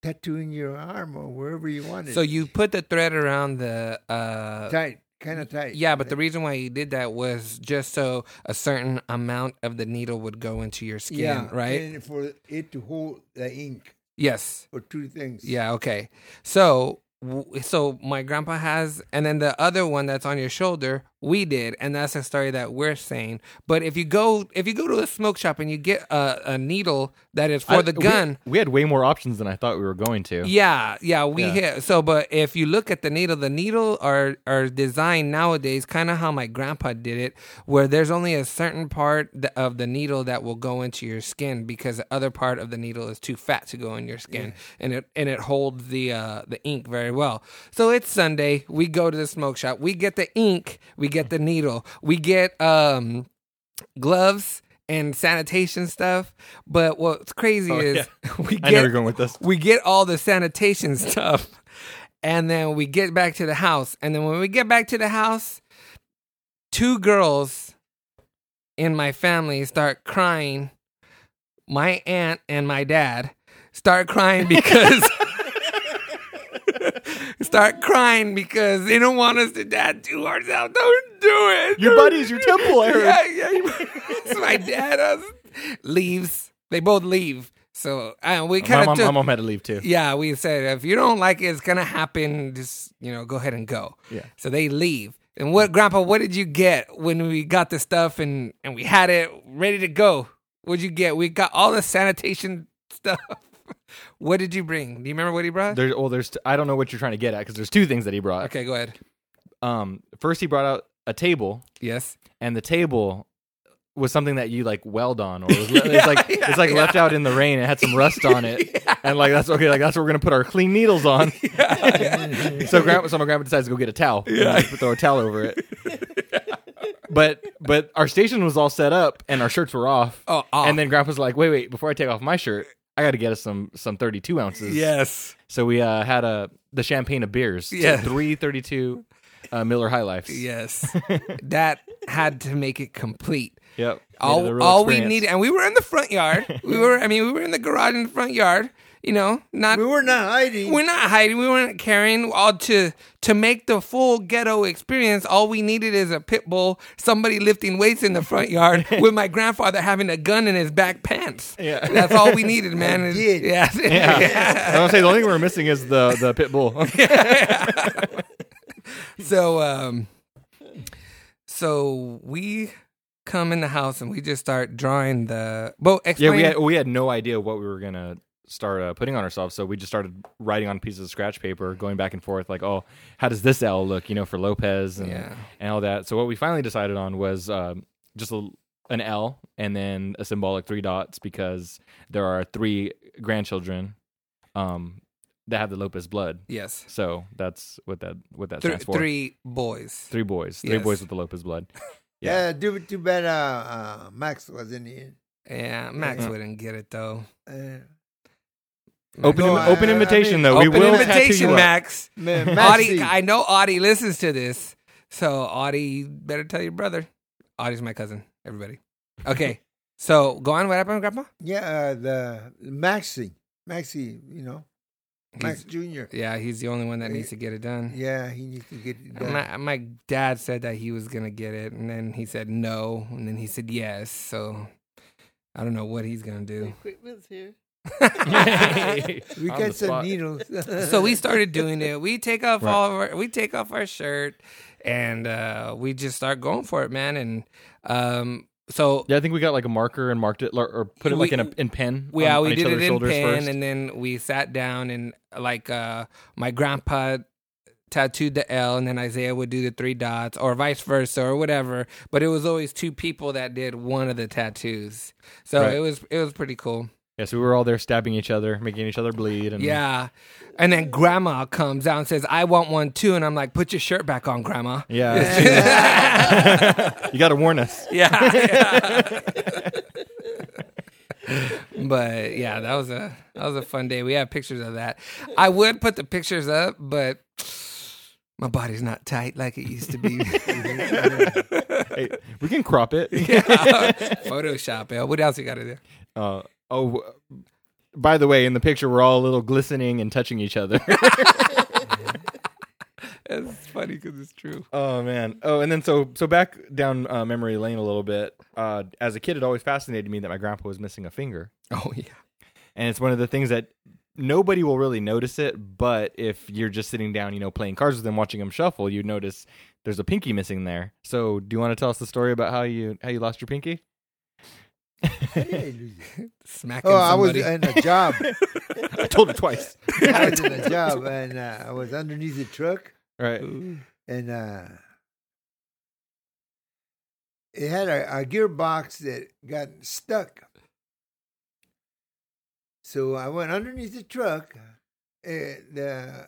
tattoo in your arm or wherever you want it So you put the thread around the uh tight kind of tight yeah, but the reason why you did that was just so a certain amount of the needle would go into your skin, yeah right? and for it to hold the ink yes. or two things Yeah, okay. So w- so my grandpa has and then the other one that's on your shoulder we did and that's a story that we're saying but if you go if you go to a smoke shop and you get a, a needle that is for I- the we- gun We, had way more options than I thought we were going to. Yeah, yeah, we Yeah. hit. So, but if you look at the needle, the needle are are designed nowadays, kind of how my grandpa did it, where there's only a certain part th- of the needle that will go into your skin because the other part of the needle is too fat to go in your skin, and it and it holds the uh, the ink very well. So it's Sunday. We go to the smoke shop. We get the ink. We get the needle. We get um gloves. And sanitation stuff, but what's crazy is [LAUGHS] we get Oh, I know you're going with this. we get all the sanitation [LAUGHS] stuff and then we get back to the house and then when we get back to the house two girls in my family start crying my aunt and my dad start crying because [LAUGHS] start crying because they don't want us to tattoo ourselves don't do it Your Don't buddy's your temple, I heard. [LAUGHS] yeah, yeah. you- so [LAUGHS] my dad uh, leaves. They both leave. So uh, we my, kind mom, of my took. mom had to leave too. Yeah, we said if you don't like it, it's gonna happen. Just you know, go ahead and go. Yeah. So they leave. And what, Grandpa? What did you get when we got the stuff and and we had it ready to go? What'd you get? We got all the sanitation [LAUGHS] stuff. what did you bring? Do you remember what he brought? There's, well, there's. I don't know what you're trying to get at because there's two things that he brought. okay, go ahead. Um, first he brought out a table, [LAUGHS] Yes. and the table was something that you like weld on, or was le- it's [LAUGHS] like yeah, it's like left out in the rain. It had some rust [LAUGHS] on it, and like that's okay. Like that's what we're gonna put our clean needles on. so grandma, so my grandma decides to go get a towel. Yeah, throw a towel over it. [LAUGHS] But but our station was all set up and our shirts were off. [LAUGHS] Oh, off. and then grandpa's like, wait wait, before I take off my shirt, I got to get us some some thirty two ounces. Yes. So we uh, had a the champagne of beers. Yeah. three thirty two uh, Miller High Lifes. Yes. that had to make it complete. Yep. Made it a all, real all we experience. needed and we were in the front yard we were i mean we were in the garage in the front yard you know not we were not hiding. we're not hiding we weren't carrying all to to make the full ghetto experience all we needed is a pit bull somebody lifting weights in the front [LAUGHS] yard with my grandfather having a gun in his back pants Yeah. that's all we [LAUGHS] needed man Is- did. yeah, [LAUGHS] Yeah. [LAUGHS] I was gonna say the only thing we're missing is the [LAUGHS] the pit bull. so um So we come in the house and we just start drawing the. Well, Yeah, explain. we had we had no idea what we were gonna start uh, putting on ourselves, so we just started writing on pieces of scratch paper, going back and forth, like, oh, how does this L look? You know, for Lopez and Yeah. and all that. So what we finally decided on was um, just a, an L and then a symbolic three dots because there are three grandchildren um, that have the Lopez blood. yes. So that's what that what that Three, stands for. three boys. Three boys, three Yes. boys with the Lopez [LAUGHS] blood. Yeah. Yeah, Uh, too, too bad uh, uh, Max was in here. Yeah, Max Yeah. wouldn't get it though. Uh, Open No, im- I- open I- I invitation mean- though. Open we will tattoo invitation, you up. [LAUGHS] Max. [LAUGHS] man, Audie, Maxi. I know Audie listens to this, so Audie, you better tell your brother. Audie's my cousin. Everybody. Okay, so go on. What happened, Grandpa? Yeah, uh, the Maxi, Maxi, you know, Max He's- Mm-hmm. Jr. yeah, he's the only one that needs to get it done. Yeah, he needs to get it done. My, my dad said that he was gonna get it, and then he said no, and then he said yes. So I don't know what he's gonna The do. equipment's here. we On got the some spot. needles. [LAUGHS] so we started doing it. We take off Right. all of our, we take off our shirt, and uh, we just start going for it, man. And um, so Yeah, I think we got like a marker and marked it, or, or put it We- like in a in pen. we, yeah, on- we on each did it other's in shoulders pen, first. and then we sat down, and like uh, my grandpa tattooed the L, and then Isaiah would do the three dots, or vice versa, or whatever. But it was always two people that did one of the tattoos, so Right. Mm-hmm. it was it was pretty cool. yeah, so we were all there stabbing each other, making each other bleed. And Yeah. And then grandma comes out and says, I want one too. And I'm like, put your shirt back on, grandma. [LAUGHS] yeah, [LAUGHS] you got to warn us. Yeah. [LAUGHS] but yeah, that was a that was a fun day. We have pictures of that. I would put the pictures up, but my body's not tight like it used to be. [LAUGHS] Hey, we can crop it. Photoshop, yeah. What else you got to do? Uh, oh, w- by the way, in the picture, we're all a little glistening and touching each other. [LAUGHS] It's funny because it's true. oh man. Oh, and then so so back down uh, memory lane a little bit. Uh, as a kid, it always fascinated me that my grandpa was missing a finger. Oh yeah. and it's one of the things that nobody will really notice it but if you're just sitting down you know playing cards with them watching them shuffle you notice there's a pinky missing there so do you want to tell us the story about how you how you lost your pinky Smacking [LAUGHS] oh, I was somebody. in [LAUGHS] a job. i told it twice I was in a job, and uh, I was underneath the truck, right and uh, it had a, a gearbox that got stuck. So I went underneath the truck. And the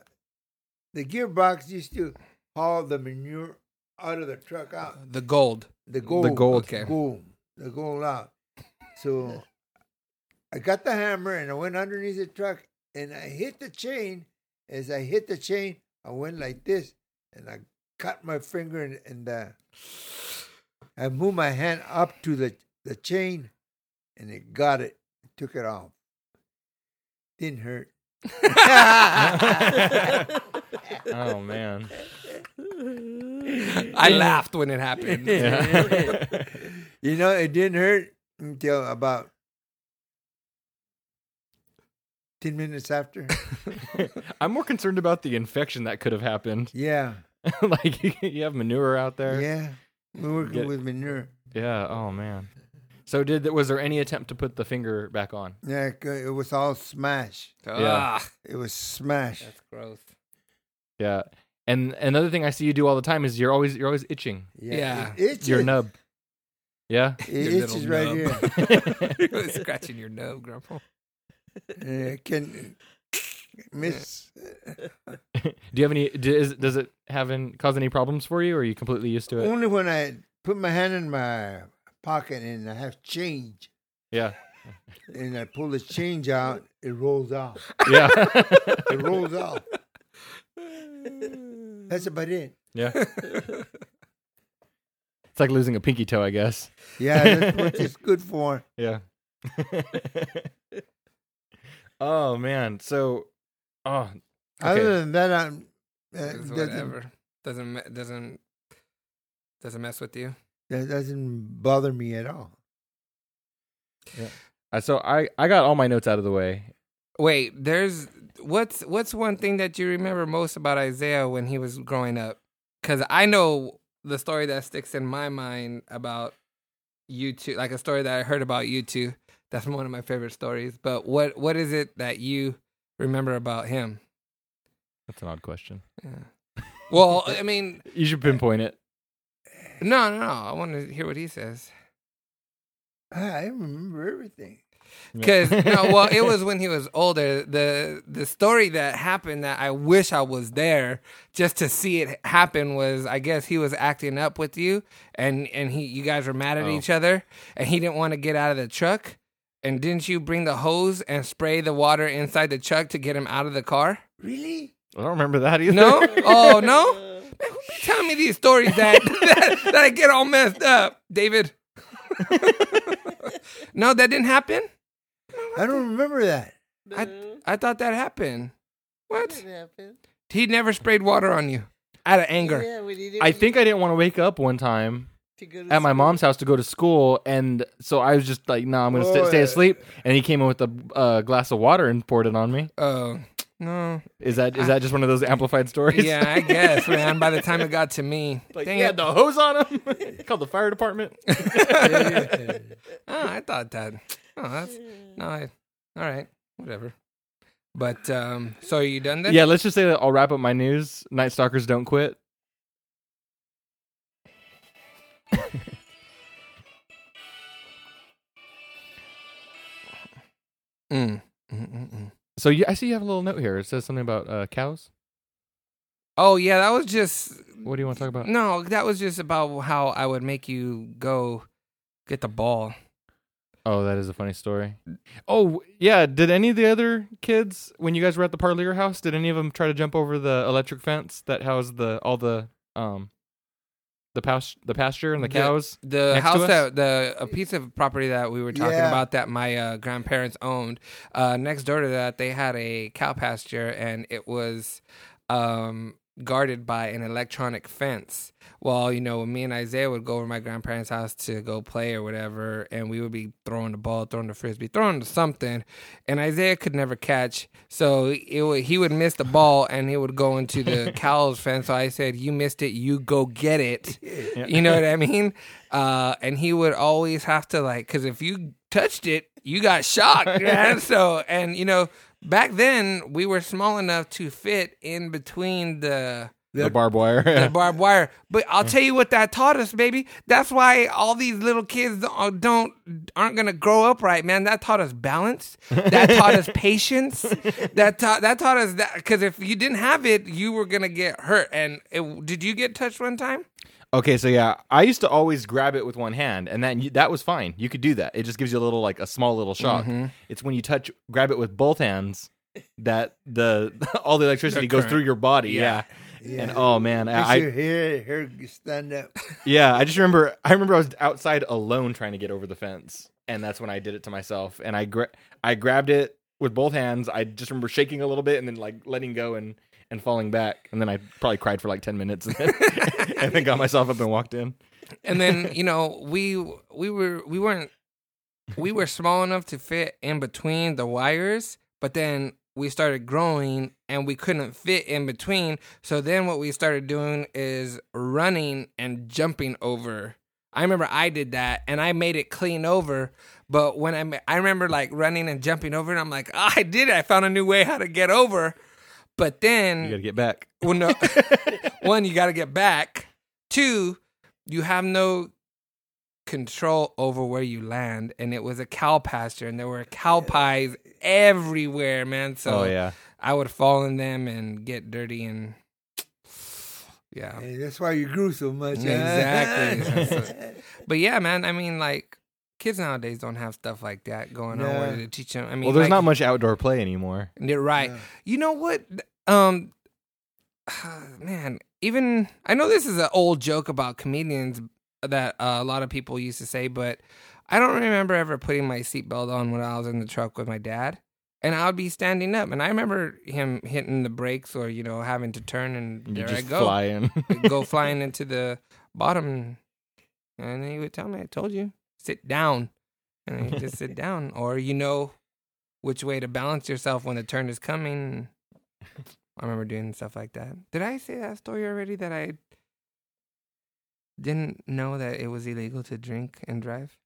the gearbox used to haul the manure out of the truck out. the gold. the gold, gold. Okay. gold, the gold out. So I got the hammer and I went underneath the truck and I hit the chain. As I hit the chain, I went like this and I cut my finger and, and uh, I moved my hand up to the the chain and it got it, took it off. Didn't hurt. [LAUGHS] oh man [LAUGHS] [LAUGHS] I laughed when it [LAUGHS] happened. [LAUGHS] You know, it didn't hurt until about 10 [LAUGHS] minutes after. i'm more concerned about the infection that could have happened [LAUGHS] Yeah. like [LAUGHS] you, you have manure out there Yeah. We're working Get- with manure. Yeah, oh man so did was there any attempt to put the finger back on Yeah, it- it was all smash. Yeah. Ah, It was smash. that's gross. yeah and another thing i see you do all the time is you're always you're always itching Yeah. It itches. [LAUGHS] your nub yeah It Your itches little nub. right here. [LAUGHS] It was [LAUGHS] scratching your nose, Grandpa. [LAUGHS] Yeah, it can miss. do you have any do, is, does it have an, cause any problems for you or are you completely used to it Only when I put my hand in my pocket and I have change yeah and I pull the change out, it rolls off. yeah [LAUGHS] It rolls off. That's about it. yeah it's like losing a pinky toe i guess Yeah, that's what it's good for. yeah [LAUGHS] oh man so oh Other okay. than that, I'm. Uh, It's doesn't, whatever. Doesn't me- doesn't doesn't mess with you. That doesn't bother me at all. Uh, so i i got all my notes out of the way Wait, there's what's what's one thing that you remember most about Isaiah when he was growing up? Because I know the story that sticks in my mind about you two, like a story that I heard about you two. That's one of my favorite stories. But what what is it that you remember about him? That's an odd question. Well, I mean, You should pinpoint it. no, no, no. I want to hear what he says. Ah, I remember everything. [LAUGHS] Because [LAUGHS] no, well, it was when he was older. the The story that happened that I wish I was there just to see it happen was, I guess he was acting up with you, and and he, you guys were mad at Oh. each other, and he didn't want to get out of the truck. And didn't you bring the hose and spray the water inside the truck to get him out of the car? Really? I don't remember that either. [LAUGHS] No, oh no, man, who be telling me these stories that, [LAUGHS] that that I get all messed up, David? [LAUGHS] no, that didn't happen. I don't remember that. I I thought that happened. What? It happened. He never sprayed water on you out of anger. Yeah, when you didn't I think I didn't want to wake up one time to go to at my school. mom's house to go to school, and so I was just like, "No, I'm gonna st- Boy. stay asleep." And he came in with a uh, glass of water and poured it on me. Oh no. Is that is that just one of those amplified stories? Yeah, I [LAUGHS] guess, man. By the time it got to me, like, dang he had it. the hose on him. [LAUGHS] Called the fire department. [LAUGHS] [LAUGHS] Oh, I thought that. Oh, that's no. I, all right, whatever. But um, so are you done then? yeah, let's just say that I'll wrap up my news. Night stalkers don't quit. Mm. Mm, mm, mm. So you, I see you have a little note here. It says something about uh, cows. Oh yeah, that was just What do you want to talk about? no. That was just about how I would make you go get the ball. Oh, that is a funny story. Oh, yeah. Did any of the other kids, when you guys were at the Parlier house, did any of them try to jump over the electric fence that housed the all the um the past the pasture and the The- cows? the next to house us? that the a piece of property that we were talking Yeah. about that my uh, grandparents owned uh, next door to that they had a cow pasture and it was um, guarded by an electronic fence well you know when me and isaiah would go over to my grandparents house to go play or whatever and we would be throwing the ball throwing the frisbee throwing something and isaiah could never catch so it would, he would miss the ball and he would go into the cow's fence so i said you missed it you go get it you know what I mean? Uh, and he would always have to like, because if you touched it, you got shocked, [LAUGHS] man. So, and you know, back then we were small enough to fit in between the the barbed wire. yeah. the barbed wire. Mm. But I'll tell you what that taught us, baby. That's why all these little kids don't, don't aren't gonna grow up right, man. That taught us balance. That taught [LAUGHS] us patience. That taught that taught us that because if you didn't have it, you were gonna get hurt. And it, did you get touched one time? [LAUGHS] Okay, so yeah, I used to always grab it with one hand, and that that was fine. You could do that. It just gives you a little like a small little shock. It's when you touch grab it with both hands that the [LAUGHS] all the electricity goes through your body. Yeah. And oh man, I, I I should hear her [LAUGHS] stand up. yeah, I just remember. I remember I was outside alone trying to get over the fence, and that's when I did it to myself. And I gra- I grabbed it with both hands. I just remember shaking a little bit and then like letting go and and falling back. And then I probably cried for like ten minutes, and then, [LAUGHS] and then got myself up and walked in. and [LAUGHS] then you know we we were we weren't we were small enough to fit in between the wires but then we started growing and we couldn't fit in between so then what we started doing is running and jumping over i remember i did that and i made it clean over but when i ma- i remember like running and jumping over and i'm like "Ah, i did it i found a new way how to get over but then You got to get back. well, no. One, you got to get back. Two, you have no control over where you land, and it was a cow pasture, and there were cow pies everywhere, man. [LAUGHS] So oh yeah. I would fall in them and get dirty, and [SIGHS] yeah, Hey, that's why you grew so much. huh? [LAUGHS] Exactly. That's but yeah, man. I mean, like kids nowadays don't have stuff like that going on where No. they teach them. I mean, Well, there's like- not much outdoor play anymore. Yeah, right. Yeah. You know what? Th- Um, [SIGHS] man, even I know this is an old joke about comedians that uh, a lot of people used to say, but I don't remember ever putting my seatbelt on when I was in the truck with my dad. And I would be standing up, and I remember him hitting the brakes or you know having to turn, and You there I just go, fly in. go flying into the bottom, and he would tell me, "I told you, sit down," and you just sit down, or you know which way to balance yourself when the turn is coming. I remember doing stuff like that. Did I say that story already? That I didn't know that it was illegal to drink and drive?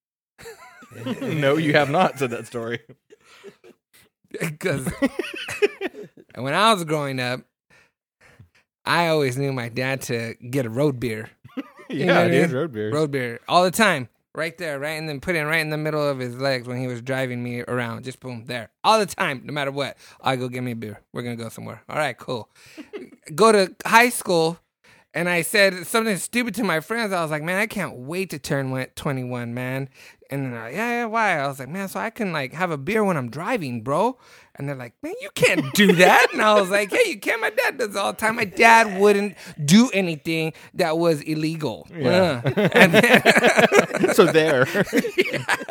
[LAUGHS] [LAUGHS] no, you have not said that story. Because when I was growing up, I always knew my dad to get a road beer, know what I yeah, dude, mean? road beer. road beer all the time, right there, right, and then put it right in the middle of his legs when he was driving me around. Just boom, there, all the time, no matter what. I go get me a beer. We're gonna go somewhere. All right, cool. go to high school. And I said something stupid to my friends. I was like, man, I can't wait to turn one- 21, man. And then they're like, yeah, yeah, why? I was like, man, so I can like have a beer when I'm driving, bro. And they're like, man, you can't do that. and I was like, yeah, you can. My dad does it all the time. My dad wouldn't do anything that was illegal. Yeah. Uh. And then- [LAUGHS] [LAUGHS] so there,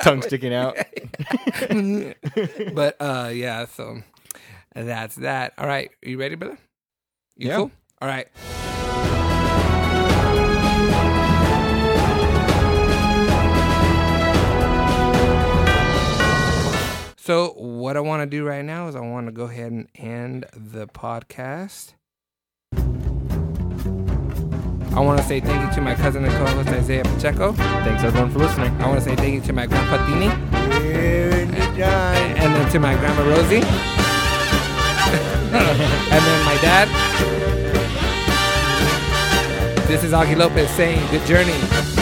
tongue sticking out. [LAUGHS] but uh, yeah, so that's that. All right, you ready, brother? You Yeah. cool? All right. So what I want to do right now is I want to go ahead and end the podcast. I want to say thank you to my cousin and co-host Isaiah Pacheco. Thanks everyone for listening. I want to say thank you to my grandpa Tini Anytime. and then to my grandma Rosie, [LAUGHS] and then my dad. This is Aki Lopez saying, "Good journey."